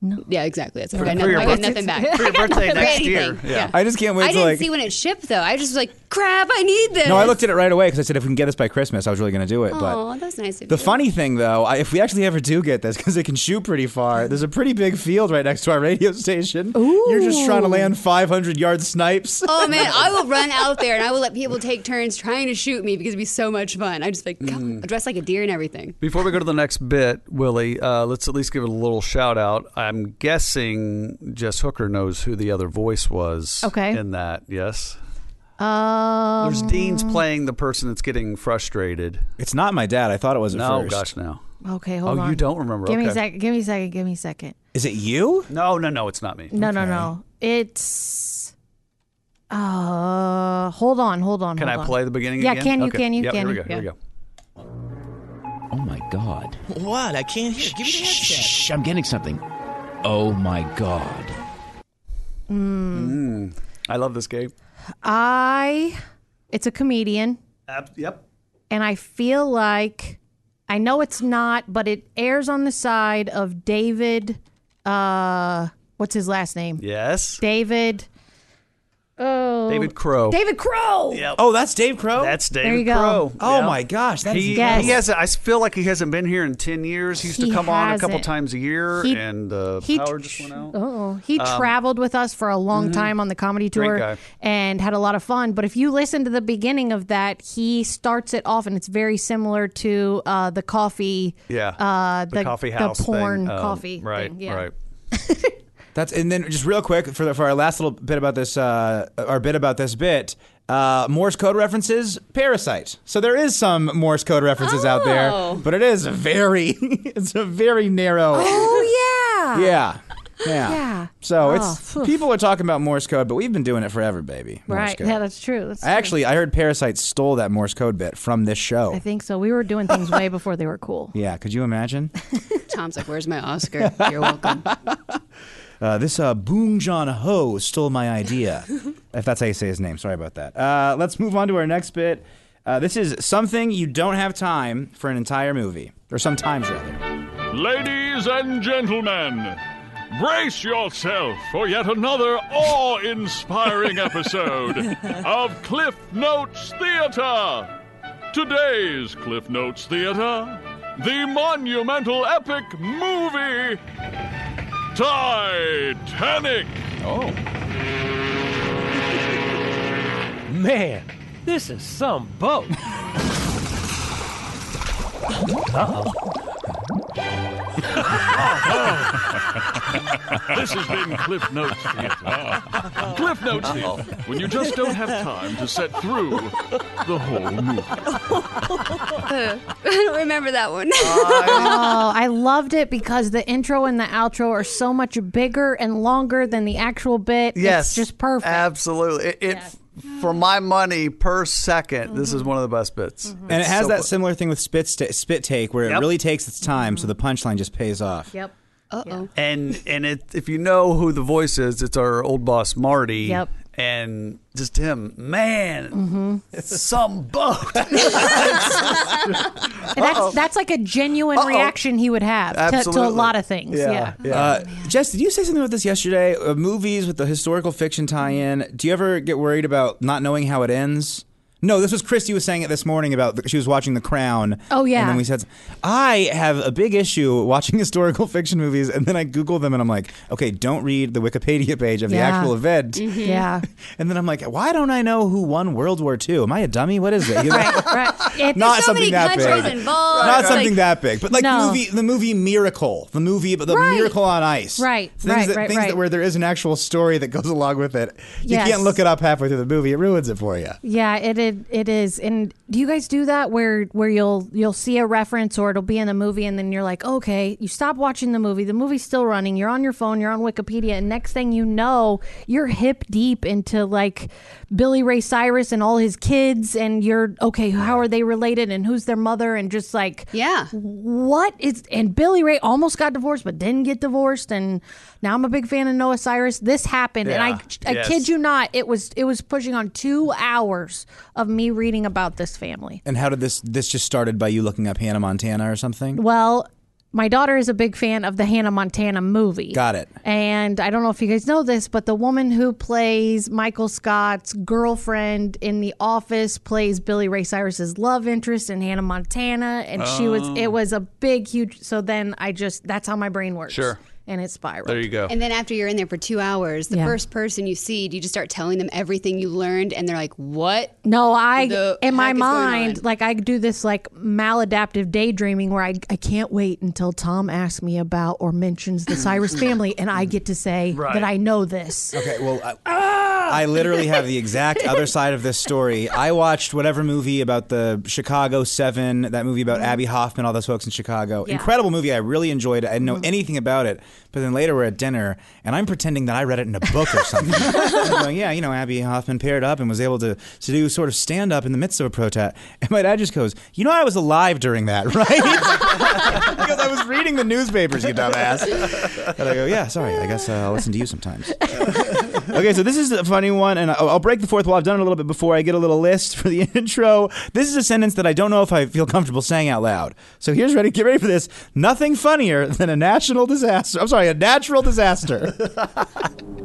Speaker 5: "No." Yeah, exactly. That's
Speaker 2: For-
Speaker 5: I got
Speaker 2: for
Speaker 5: nothing-
Speaker 2: your
Speaker 5: I got
Speaker 2: birthday-
Speaker 5: nothing back.
Speaker 2: for your
Speaker 5: I got
Speaker 2: birthday
Speaker 5: nothing-
Speaker 2: next year.
Speaker 5: anything.
Speaker 2: Yeah. I just can't
Speaker 5: I
Speaker 2: wait till,
Speaker 5: didn't
Speaker 2: like-
Speaker 5: see when it shipped though. I was just like, "Crap, I need this."
Speaker 2: No, I looked at it right away because I said if we can get this by Christmas, I was really going to do it.
Speaker 5: Oh,
Speaker 2: but
Speaker 5: that was nice of
Speaker 2: the
Speaker 5: you.
Speaker 2: funny thing, though, I, if we actually ever do get this, because it can shoot pretty
Speaker 6: Mm-hmm.
Speaker 2: far, there's a pretty big field right next to our radio station. You're just trying to land 500 yard snipes.
Speaker 5: Oh man, I will run out there and I will let people take turns trying to shoot me because it'd be so much fun. I just like
Speaker 7: Mm.
Speaker 5: dress like a deer and everything.
Speaker 7: Before we go to the next bit, Willie, uh, let's at least give it a little shout out. I'm guessing Jess Hooker knows who the other voice was.
Speaker 6: Okay.
Speaker 7: In that, yes.
Speaker 6: Um,
Speaker 7: There's Dean's playing the person that's getting frustrated.
Speaker 2: It's not my dad. I thought it was at
Speaker 7: no,
Speaker 2: first.
Speaker 7: gosh, no.
Speaker 6: Okay, hold
Speaker 7: oh,
Speaker 6: on.
Speaker 7: you don't remember?
Speaker 6: Give me a
Speaker 7: Okay.
Speaker 6: second. Give me a second. Give me a second.
Speaker 2: Is it you?
Speaker 7: No, no, no. It's not me.
Speaker 6: No, no, no. It's. Uh, hold on, hold on.
Speaker 7: Can
Speaker 6: hold
Speaker 7: I
Speaker 6: on.
Speaker 7: play the beginning
Speaker 6: Yeah,
Speaker 7: again?
Speaker 6: can you?
Speaker 7: Okay.
Speaker 6: Can you?
Speaker 7: Yep,
Speaker 6: can
Speaker 7: here we
Speaker 6: you?
Speaker 7: go. Here we go.
Speaker 14: Oh my God.
Speaker 4: What? I can't hear. Give me the headset.
Speaker 14: Shh, I'm getting something. Oh my God.
Speaker 2: Hmm.
Speaker 7: Mm. I love this game.
Speaker 6: I. It's a comedian,
Speaker 7: Ab- yep.
Speaker 6: and I feel like I know it's not, but it airs on the side of David. Uh, what's his last name?
Speaker 7: Yes.
Speaker 6: David. Oh.
Speaker 7: David Crow.
Speaker 6: David Crow.
Speaker 2: Oh, that's Dave Crow.
Speaker 7: That's David
Speaker 6: There you go.
Speaker 7: Crow.
Speaker 6: Oh
Speaker 2: my gosh, that is
Speaker 7: he,
Speaker 2: Yes.
Speaker 7: he has. I feel like he hasn't been here in ten years. He used
Speaker 6: He
Speaker 7: to come on a couple
Speaker 6: hasn't.
Speaker 7: times a year,
Speaker 6: He-
Speaker 7: and uh,
Speaker 6: he
Speaker 7: power
Speaker 6: tr-
Speaker 7: just went out.
Speaker 6: Oh, he
Speaker 7: Um,
Speaker 6: traveled with us for a long
Speaker 7: mhm.
Speaker 6: time on the comedy
Speaker 7: Great
Speaker 6: tour
Speaker 7: guy.
Speaker 6: and had a lot of fun. But if you listen to the beginning of that, he starts it off, and it's very similar to uh, the coffee.
Speaker 7: Yeah,
Speaker 6: uh, the,
Speaker 7: coffee house
Speaker 6: the porn
Speaker 7: thing, um,
Speaker 6: coffee.
Speaker 7: Right,
Speaker 6: thing, yeah.
Speaker 7: right.
Speaker 2: That's and then just real quick for the, for our last little bit about this uh, our bit about this bit. Uh, Morse code references, Parasite. So there is some Morse code references out there, but it is very, it's a very narrow.
Speaker 6: Oh
Speaker 2: yeah, yeah.
Speaker 6: Yeah.
Speaker 2: So
Speaker 6: Oh,
Speaker 2: it's
Speaker 6: phew.
Speaker 2: people are talking about Morse code, but we've been doing it forever, baby. Morse
Speaker 6: right.
Speaker 2: code.
Speaker 6: Yeah, that's true. That's
Speaker 2: I actually oh. I heard Parasite stole that Morse code bit from this show.
Speaker 6: I think so. We were doing things way before they were cool.
Speaker 2: yeah, could you imagine?
Speaker 5: Tom's like, "Where's my Oscar? You're welcome."
Speaker 2: Uh, this uh, Boong John Ho stole my idea. if that's how you say his name, sorry about that. Uh, let's move on to our next bit. Uh, this is something you don't have time for an entire movie, or sometimes rather.
Speaker 1: Ladies and gentlemen, brace yourself for yet another awe inspiring episode of Cliff Notes Theater. Today's Cliff Notes Theater, the monumental epic movie Titanic. Oh.
Speaker 3: Man, this is some boat. Uh-oh.
Speaker 1: This has been Cliff Notes Theater. Cliff Notes Theater, when you just don't have time to set through the whole movie.
Speaker 5: I don't remember that one.
Speaker 6: oh, I loved it because the intro and the outro are so much bigger and longer than the actual bit.
Speaker 7: Yes,
Speaker 6: It's just perfect.
Speaker 7: Absolutely. It, it for my money per 2nd This
Speaker 6: Mm-hmm.
Speaker 7: is one of the best bits,
Speaker 2: And it
Speaker 7: It's
Speaker 2: has
Speaker 7: so
Speaker 2: that
Speaker 7: good.
Speaker 2: similar thing with spit, sta spit take where it
Speaker 7: Yep.
Speaker 2: really takes its time, so the punchline just pays off.
Speaker 6: Yep.
Speaker 5: Uh oh.
Speaker 7: And and it, if you know who the voice is, it's our old boss Marty.
Speaker 6: Yep.
Speaker 7: And just him, man, it's some boat.
Speaker 6: And that's that's like a genuine reaction he would have to, to a
Speaker 2: Absolutely.
Speaker 6: lot of things. Yeah. Oh,
Speaker 2: Uh, Jess, did you say something about this yesterday? Uh, movies with the historical fiction tie-in. Do you ever get worried about not knowing how it ends? No, this was Christy was saying it this morning about the, she was watching The Crown.
Speaker 6: Oh, yeah.
Speaker 2: and then we said, I have a big issue watching historical fiction movies, and then I Google them and I'm like, okay, don't read the Wikipedia page of the
Speaker 6: Yeah.
Speaker 2: actual event.
Speaker 6: Mhm. Yeah.
Speaker 2: and then I'm like, why don't I know who won World War II? Am I a dummy? What is it? You know?
Speaker 6: It's-
Speaker 2: Not something that big. Not something that big, but like the
Speaker 6: No.
Speaker 2: movie, the movie Miracle, the movie, but the
Speaker 6: Right.
Speaker 2: Miracle on Ice,
Speaker 6: Right,
Speaker 2: Things
Speaker 6: right,
Speaker 2: that,
Speaker 6: right,
Speaker 2: things
Speaker 6: right.
Speaker 2: that where there is an actual story that goes along with it. You
Speaker 6: Yes.
Speaker 2: can't look it up halfway through the movie; it ruins it for you.
Speaker 6: Yeah, it, it it is. And do you guys do that where where you'll you'll see a reference or it'll be in a movie and then you're like, okay, you stop watching the movie, the movie's still running, you're on your phone, you're on Wikipedia, and next thing you know, you're hip deep into like Billy Ray Cyrus and all his kids, and you're okay, how are they related and who's their mother and just like
Speaker 5: Yeah.
Speaker 6: What is and Billy Ray almost got divorced but didn't get divorced and now I'm a big fan of Noah Cyrus. This happened and
Speaker 21: Yeah.
Speaker 6: I I
Speaker 21: Yes.
Speaker 6: kid you you not, it was it was pushing on two hours of me reading about this family.
Speaker 2: And how did this? This just started by you looking up Hannah Montana or something.
Speaker 6: Well, my daughter is a big fan of the Hannah Montana movie.
Speaker 2: Got it.
Speaker 6: And I don't know if you guys know this, but the woman who plays Michael Scott's girlfriend in The Office plays Billy Ray Cyrus's love interest in Hannah Montana, and she was
Speaker 7: Oh.
Speaker 6: it was a big huge. So then I just that's how my brain works.
Speaker 7: Sure.
Speaker 6: and it spiraled.
Speaker 7: There you go.
Speaker 5: And then after you're in there for two hours, the
Speaker 6: Yeah.
Speaker 5: first person you see, do you just start telling them everything you learned? And they're like, what?
Speaker 6: No, I
Speaker 5: The
Speaker 6: in my
Speaker 5: heck is going
Speaker 6: mind, like I do this like maladaptive daydreaming where I I can't wait until Tom asks me about or mentions the Cyrus family, and I get to say
Speaker 2: Right.
Speaker 6: that I know this.
Speaker 2: Okay, well, I, I literally have the exact other side of this story. I watched whatever movie about the Chicago Seven, that movie about Abby Hoffman, all those folks in Chicago.
Speaker 6: Yeah.
Speaker 2: Incredible movie. I really enjoyed it. I didn't know anything about it. But then later we're at dinner, and I'm pretending that I read it in a book or something. I'm going, yeah, you know, Abby Hoffman paired up and was able to, to do sort of stand up in the midst of a protest. And my dad just goes, You know, I was alive during that, right? because I was reading the newspapers, you dumbass. And I go, Yeah, sorry. I guess uh, I'll listen to you sometimes okay, so this is a funny one, and I'll, I'll break the fourth wall. I've done it a little bit before. I get a little list for the intro. This is a sentence that I don't know if I feel comfortable saying out loud. So here's ready. Get ready for this. Nothing funnier than a national disaster. I'm sorry, a natural disaster.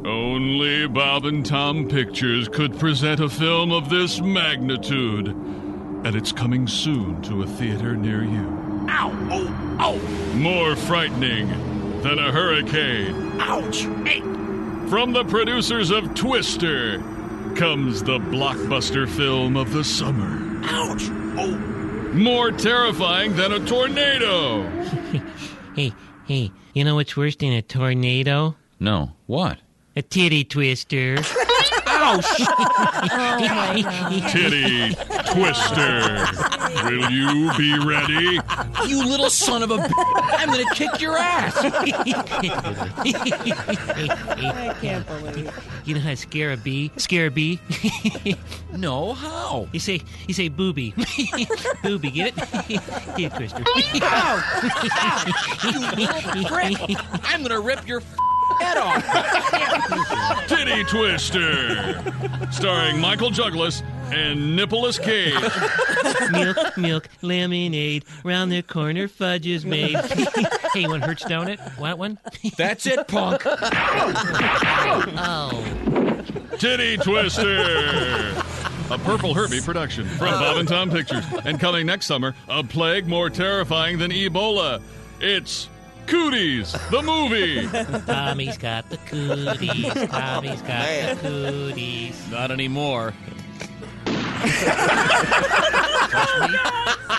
Speaker 1: Only Bob and Tom Pictures could present a film of this magnitude, and it's coming soon to a theater near you. Ow! Oh! Oh! More frightening than a hurricane. Ouch! From the producers of Twister comes the blockbuster film of the summer. Ouch! Oh! More terrifying than a tornado.
Speaker 4: Hey, hey, you know what's worse than a tornado?
Speaker 9: No. What?
Speaker 4: A titty twister.
Speaker 1: Oh,
Speaker 4: Oh,
Speaker 1: Titty Twister. Will you be ready?
Speaker 4: you little son of a! B- I'm gonna kick your ass. I
Speaker 22: can't believe it.
Speaker 4: You know how to scare a bee? Scare a bee? no, how? You say you say booby, booby. Get it? Titty twister.
Speaker 22: Ow! Ow! You little prick! I'm gonna rip your f-
Speaker 1: Head off. Titty Twister. Starring Michael Douglas and Nicholas Cage.
Speaker 4: milk, milk, lemonade. Round the corner, fudge is made. hey, one hurts down it. Want one?
Speaker 23: That's it, punk.
Speaker 4: Oh,
Speaker 1: Titty Twister. A Purple Herbie production from Bob and Tom Pictures. And coming next summer, a plague more terrifying than Ebola. It's Cooties, the movie.
Speaker 4: Tommy's got the cooties. Tommy's got the cooties.
Speaker 23: Not anymore.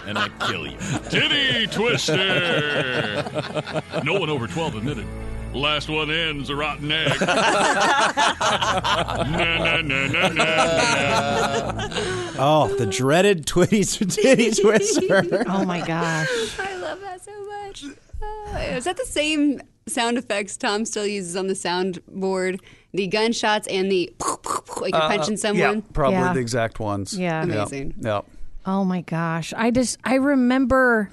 Speaker 23: and I kill you.
Speaker 1: Titty Twister. No one over 12 admitted. Last one in's a rotten egg. na, na, na, na, na.
Speaker 2: Oh, the dreaded Twitties Titty Twister.
Speaker 6: Oh my gosh.
Speaker 5: I love that so much. Oh, is that the same sound effects Tom still uses on the soundboard? The gunshots and the like you're
Speaker 7: Uh,
Speaker 5: punching someone.
Speaker 7: Yeah, probably
Speaker 6: Yeah.
Speaker 7: the exact ones.
Speaker 6: Yeah.
Speaker 7: Yep,
Speaker 5: Amazing.
Speaker 7: Yep.
Speaker 6: Oh my gosh. I just I remember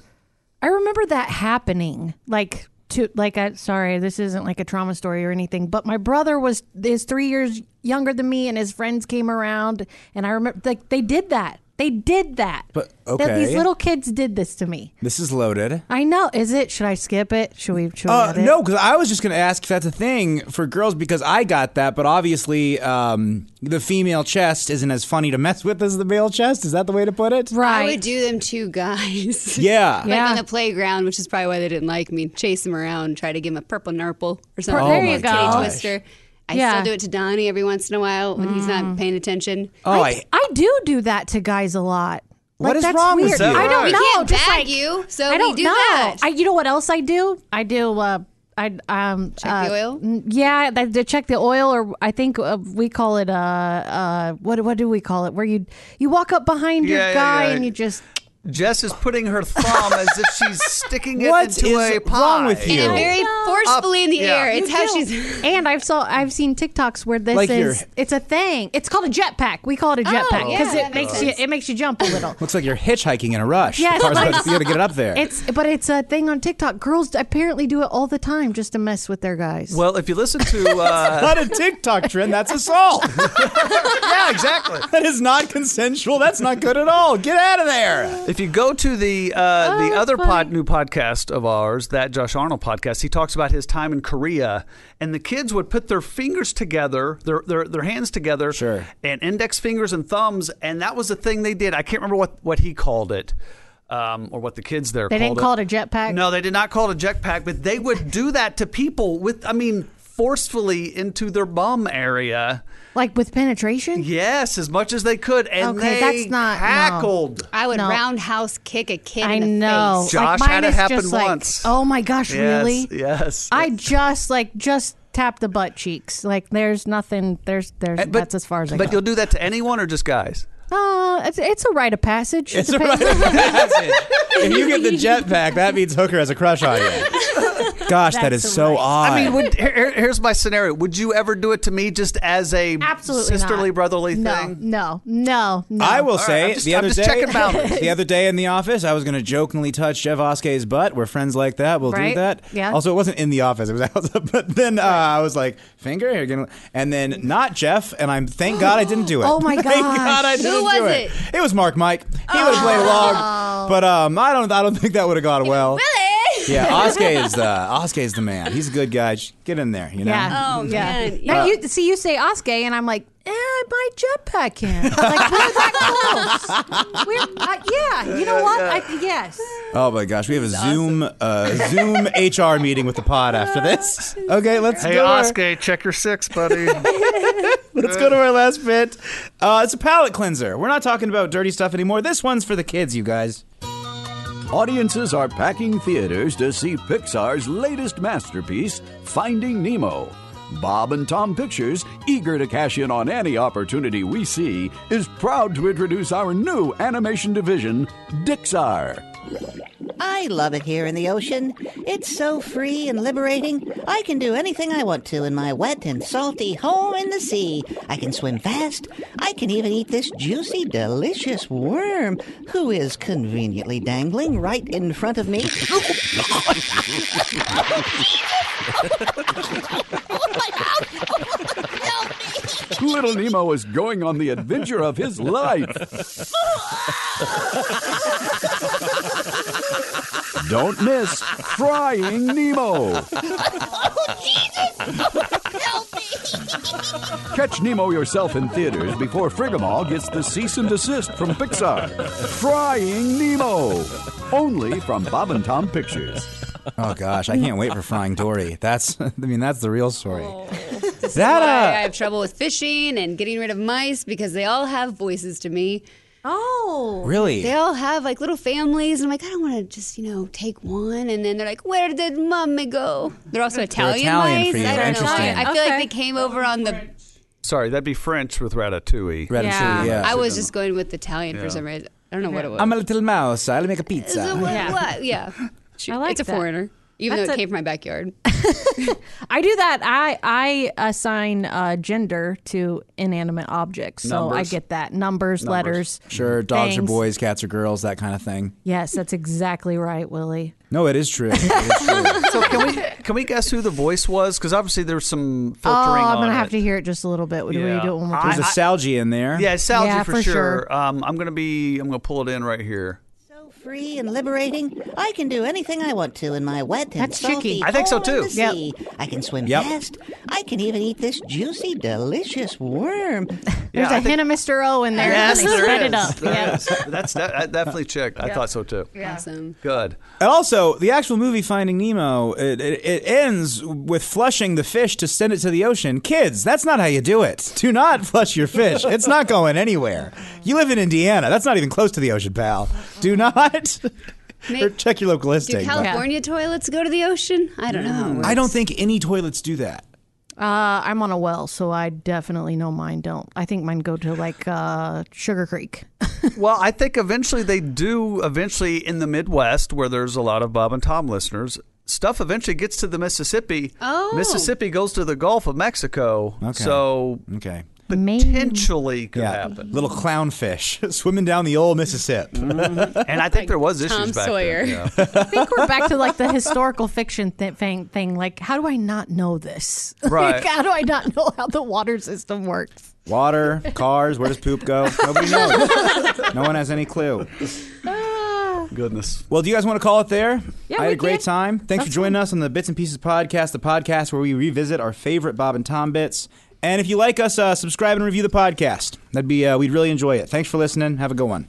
Speaker 6: I remember that happening. Like to like I sorry, this isn't like a trauma story or anything, but my brother was is 3 years younger than me and his friends came around and I remember like they did that. They did that.
Speaker 2: But
Speaker 6: That these
Speaker 2: okay.
Speaker 6: little kids did this to me.
Speaker 2: This is loaded.
Speaker 6: I know. Is it? Should I skip it? Should we? Should we
Speaker 2: Uh,
Speaker 6: edit?
Speaker 2: no, because I was just going to ask if that's a thing for girls because I got that, but obviously um, the female chest isn't as funny to mess with as the male chest. Is that the way to put it?
Speaker 5: I would do them to guys.
Speaker 2: Yeah.
Speaker 5: like on the playground, which is probably why they didn't like me. Chase them around, try to give him a purple nurple or something.
Speaker 6: Oh there you my go.
Speaker 5: Titty
Speaker 6: gosh.
Speaker 5: twister. I
Speaker 6: Yeah. Mm.
Speaker 5: still do it to Donnie every once in a while when he's not paying attention.
Speaker 6: I, I do do that to guys a lot.
Speaker 5: What
Speaker 6: like,
Speaker 5: is
Speaker 6: that's
Speaker 5: wrong with
Speaker 6: weird.
Speaker 5: you?
Speaker 6: I don't
Speaker 5: We
Speaker 6: know.
Speaker 5: can't
Speaker 6: just
Speaker 5: bag
Speaker 6: like,
Speaker 5: you, so
Speaker 6: I
Speaker 5: we
Speaker 6: don't
Speaker 5: do
Speaker 6: know.
Speaker 5: that.
Speaker 6: I, you know what else I do? I do. Uh, I um check
Speaker 5: the oil?
Speaker 6: Yeah, they, they check the oil, or I think uh, we call it uh uh what what do we call it? Where you you walk up behind
Speaker 7: Yeah, yeah,
Speaker 6: your guy
Speaker 7: yeah.
Speaker 6: and you just
Speaker 7: Jess is putting her thumb as if she's sticking it
Speaker 6: What
Speaker 7: into
Speaker 6: is
Speaker 7: a pie.
Speaker 6: wrong with you?
Speaker 5: And very forcefully in the
Speaker 7: yeah.
Speaker 5: air. It's
Speaker 6: You
Speaker 5: how
Speaker 6: do.
Speaker 5: she's.
Speaker 6: and I've saw I've seen TikToks where this
Speaker 2: Like your-
Speaker 6: is it's a thing. It's called a jetpack. We call it a jetpack because
Speaker 5: Oh, yeah,
Speaker 6: it
Speaker 5: that
Speaker 6: makes
Speaker 5: makes
Speaker 6: you
Speaker 5: sense.
Speaker 6: it makes you jump a little.
Speaker 2: Looks like you're hitchhiking in a rush.
Speaker 6: Yeah,
Speaker 2: the car's
Speaker 6: it's-
Speaker 2: about to, you gotta get it up there.
Speaker 6: It's but it's a thing on TikTok. Girls apparently do it all the time just to mess with their guys.
Speaker 7: Well, if you listen to uh,
Speaker 2: not a TikTok trend. That's assault.
Speaker 7: yeah, exactly.
Speaker 2: That is not consensual. That's not good at all. Get out of there.
Speaker 7: If you go to the
Speaker 6: Oh,
Speaker 7: uh, the other pod, new podcast of ours, that Josh Arnold podcast, he talks about his time in Korea, and the kids would put their fingers together, their their, their hands together, sure. and index fingers and thumbs, and that was the thing they did. I can't remember what what he called it. Um, or what the kids there
Speaker 6: They
Speaker 7: called
Speaker 6: didn't call it a jetpack?
Speaker 7: No, they did not call it a jetpack, but they would do that to people with, I mean, forcefully into their bum area.
Speaker 6: Like with penetration?
Speaker 7: Yes, as much as they could, and
Speaker 6: Okay,
Speaker 7: they
Speaker 6: that's not- no.
Speaker 7: hackled.
Speaker 5: I would
Speaker 6: No.
Speaker 5: roundhouse kick a kid
Speaker 6: I
Speaker 5: in the
Speaker 6: know.
Speaker 5: face.
Speaker 7: Josh
Speaker 6: like, mine
Speaker 7: had it
Speaker 6: is
Speaker 7: happen
Speaker 6: just like,
Speaker 7: once.
Speaker 6: Oh my gosh,
Speaker 7: Yes,
Speaker 6: really?
Speaker 7: Yes.
Speaker 6: I just like just tap the butt cheeks. Like there's nothing. There's there's
Speaker 7: And- Eh, but-
Speaker 6: that's as far as I
Speaker 7: But
Speaker 6: go.
Speaker 7: you'll do that to anyone or just guys?
Speaker 6: Uh, it's, it's a rite of passage.
Speaker 2: It's a
Speaker 6: Depends-
Speaker 2: rite of passage. if you get the jetpack, that means Hooker has a crush on you. Gosh, that
Speaker 6: That's
Speaker 2: is so odd.
Speaker 7: I mean, would, here- here, here's my scenario. Would you ever do it to me just as a
Speaker 6: Absolutely
Speaker 7: sisterly,
Speaker 6: not.
Speaker 7: brotherly
Speaker 6: no,
Speaker 7: thing?
Speaker 6: No, no, no.
Speaker 2: I will
Speaker 7: All right,
Speaker 2: say
Speaker 7: I'm just-
Speaker 2: the
Speaker 7: I'm
Speaker 2: other
Speaker 7: just
Speaker 2: day,
Speaker 7: checking boundaries.
Speaker 2: the other day in the office, I was going to jokingly touch Jeff Oskey's butt. We're friends like that. We'll
Speaker 6: Right?
Speaker 2: do that.
Speaker 6: Yeah.
Speaker 2: Also, it wasn't in the office. It was outside. But then uh, I was like, finger here, gonna- and then not Jeff. And I'm thank God I didn't do it.
Speaker 6: Oh my
Speaker 2: thank
Speaker 6: gosh.
Speaker 2: God
Speaker 6: Who
Speaker 2: I didn't do
Speaker 5: was
Speaker 2: it. It was Mark Mike. He would have played along, but um, I don't. I don't think that would have gone well.
Speaker 5: Really?
Speaker 2: Yeah, Oskey is the Oskey is the man. He's a good guy. Just Get in there, you know.
Speaker 6: Yeah.
Speaker 5: Oh,
Speaker 6: yeah.
Speaker 5: man.
Speaker 6: Now
Speaker 2: Uh,
Speaker 6: you see, you say Oske, and I'm like, eh, I might jetpack him. like we're that close. We're, uh, yeah. You know what? I, yes.
Speaker 2: Oh my gosh, we have a Zoom uh, Zoom HR meeting with the pod after this. Okay, let's
Speaker 7: Hey,
Speaker 2: go. to our-
Speaker 7: Oscar, check your six, buddy.
Speaker 2: Let's go to our last bit. Uh, it's a palate cleanser. We're not talking about dirty stuff anymore. This one's for the kids, you guys.
Speaker 21: Audiences are packing theaters to see Pixar's latest masterpiece, Finding Nemo. Bob and Tom Pictures, eager to cash in on any opportunity we see, is proud to introduce our new animation division, Dixar.
Speaker 22: I love it here in the ocean. It's so free and liberating. I can do anything I want to in my wet and salty home in the sea. I can swim fast. I can even eat this juicy, delicious worm who is conveniently dangling right in front of me.
Speaker 21: Little Nemo is going on the adventure of his life. Don't miss Frying Nemo. Catch Nemo yourself in theaters before Frigamall gets the cease and desist from Pixar. Frying Nemo. Only from Bob and Tom Pictures.
Speaker 2: Oh gosh, I can't wait for Frying Dory. That's I mean that's the real story.
Speaker 5: This is
Speaker 2: That,
Speaker 5: why
Speaker 2: uh,
Speaker 5: I have trouble with fishing and getting rid of mice because they all have voices to me. Oh,
Speaker 2: Really?
Speaker 5: They all have like little families, and I'm like, I don't want to just you know take one, and then they're like, Where did mommy go? They're also Italian,
Speaker 7: Italian
Speaker 5: mice.
Speaker 7: for you.
Speaker 5: I don't
Speaker 7: Interesting.
Speaker 5: know. I feel like they came over on the.
Speaker 7: Sorry, that'd be French with ratatouille.
Speaker 5: yeah. I was just going with Italian
Speaker 7: Yeah.
Speaker 5: for some reason. I don't know what it was.
Speaker 2: I'm a little mouse. I'll make a pizza.
Speaker 5: So what- what- yeah.
Speaker 6: I like
Speaker 5: it's a
Speaker 6: that.
Speaker 5: foreigner, even though
Speaker 6: That's
Speaker 5: it
Speaker 6: a-
Speaker 5: came from my backyard.
Speaker 6: I do that. I I assign uh, gender to inanimate objects, so I
Speaker 2: Numbers.
Speaker 6: get that numbers, letters.
Speaker 2: Sure, dogs are
Speaker 6: things.
Speaker 2: boys, cats are girls, that kind of thing.
Speaker 6: Yes, that's exactly right, Willie.
Speaker 2: No, it is true.
Speaker 7: so can we can we guess who the voice was? Because obviously there's some filtering.
Speaker 6: oh, I'm
Speaker 7: on
Speaker 6: gonna
Speaker 7: it.
Speaker 6: have to hear it just a little bit. What do we
Speaker 7: Yeah.
Speaker 6: do it one more
Speaker 7: I-
Speaker 6: time?
Speaker 2: There's a Salgy in there.
Speaker 7: Yeah, Salgy
Speaker 6: Yeah,
Speaker 7: for,
Speaker 6: for
Speaker 7: sure.
Speaker 6: sure.
Speaker 7: Um, I'm gonna be. I'm gonna pull it in right here.
Speaker 22: Free and liberating, I can do anything I want to in my wet and
Speaker 7: That's
Speaker 22: salty
Speaker 7: chicky. I think so,
Speaker 22: hole in
Speaker 7: too.
Speaker 22: the
Speaker 7: Yep.
Speaker 22: sea. I can swim
Speaker 7: Yep.
Speaker 22: fast. I can even eat this juicy, delicious worm.
Speaker 6: There's a hint of Mr. O in there.
Speaker 22: Yes,
Speaker 6: They
Speaker 22: there
Speaker 6: spread it
Speaker 22: is.
Speaker 6: up.
Speaker 7: There
Speaker 6: Yeah.
Speaker 7: is. That's that, I definitely checked. I
Speaker 6: Yeah.
Speaker 7: thought so too.
Speaker 5: Awesome.
Speaker 7: Good.
Speaker 2: And also, the actual movie Finding Nemo, it, it, it ends with flushing the fish to send it to the ocean. Kids, that's not how you do it. Do not flush your fish. It's not going anywhere. You live in Indiana. That's not even close to the ocean, pal. Do not.
Speaker 5: Make-
Speaker 2: or check your local
Speaker 5: Do
Speaker 2: listing. but-
Speaker 5: California toilets go to the ocean? I don't know. How it works.
Speaker 2: I don't think any toilets do that.
Speaker 6: Uh, I'm on a well, so I definitely know mine don't. I think mine go to like uh, Sugar Creek.
Speaker 7: well, I think eventually they do. Eventually, in the Midwest, where there's a lot of Bob and Tom listeners, stuff eventually gets to the Mississippi.
Speaker 6: Oh.
Speaker 7: Mississippi goes to the Gulf of Mexico.
Speaker 2: Okay.
Speaker 7: So
Speaker 2: okay,
Speaker 7: potentially could happen.
Speaker 2: Little clownfish swimming down the old Mississippi.
Speaker 7: And I think there was issues
Speaker 6: Tom
Speaker 7: back
Speaker 6: Sawyer.
Speaker 7: then. yeah.
Speaker 6: I think we're back to like the historical fiction thi- thing. Thing like, how do I not know this?
Speaker 2: Right.
Speaker 6: like, how do I not know how the water system works?
Speaker 2: Water, cars, where does poop go? Nobody knows. no one has any clue.
Speaker 7: Goodness.
Speaker 2: Well, do you guys want to call it there?
Speaker 6: Yeah,
Speaker 2: I had
Speaker 6: we
Speaker 2: a great
Speaker 6: can.
Speaker 2: time. Thanks for joining us on the Bits and Pieces podcast, the podcast where we revisit our favorite Bob and Tom bits. And if you like us, uh, subscribe and review the podcast. That'd be uh, we'd really enjoy it. Thanks for listening. Have a good one.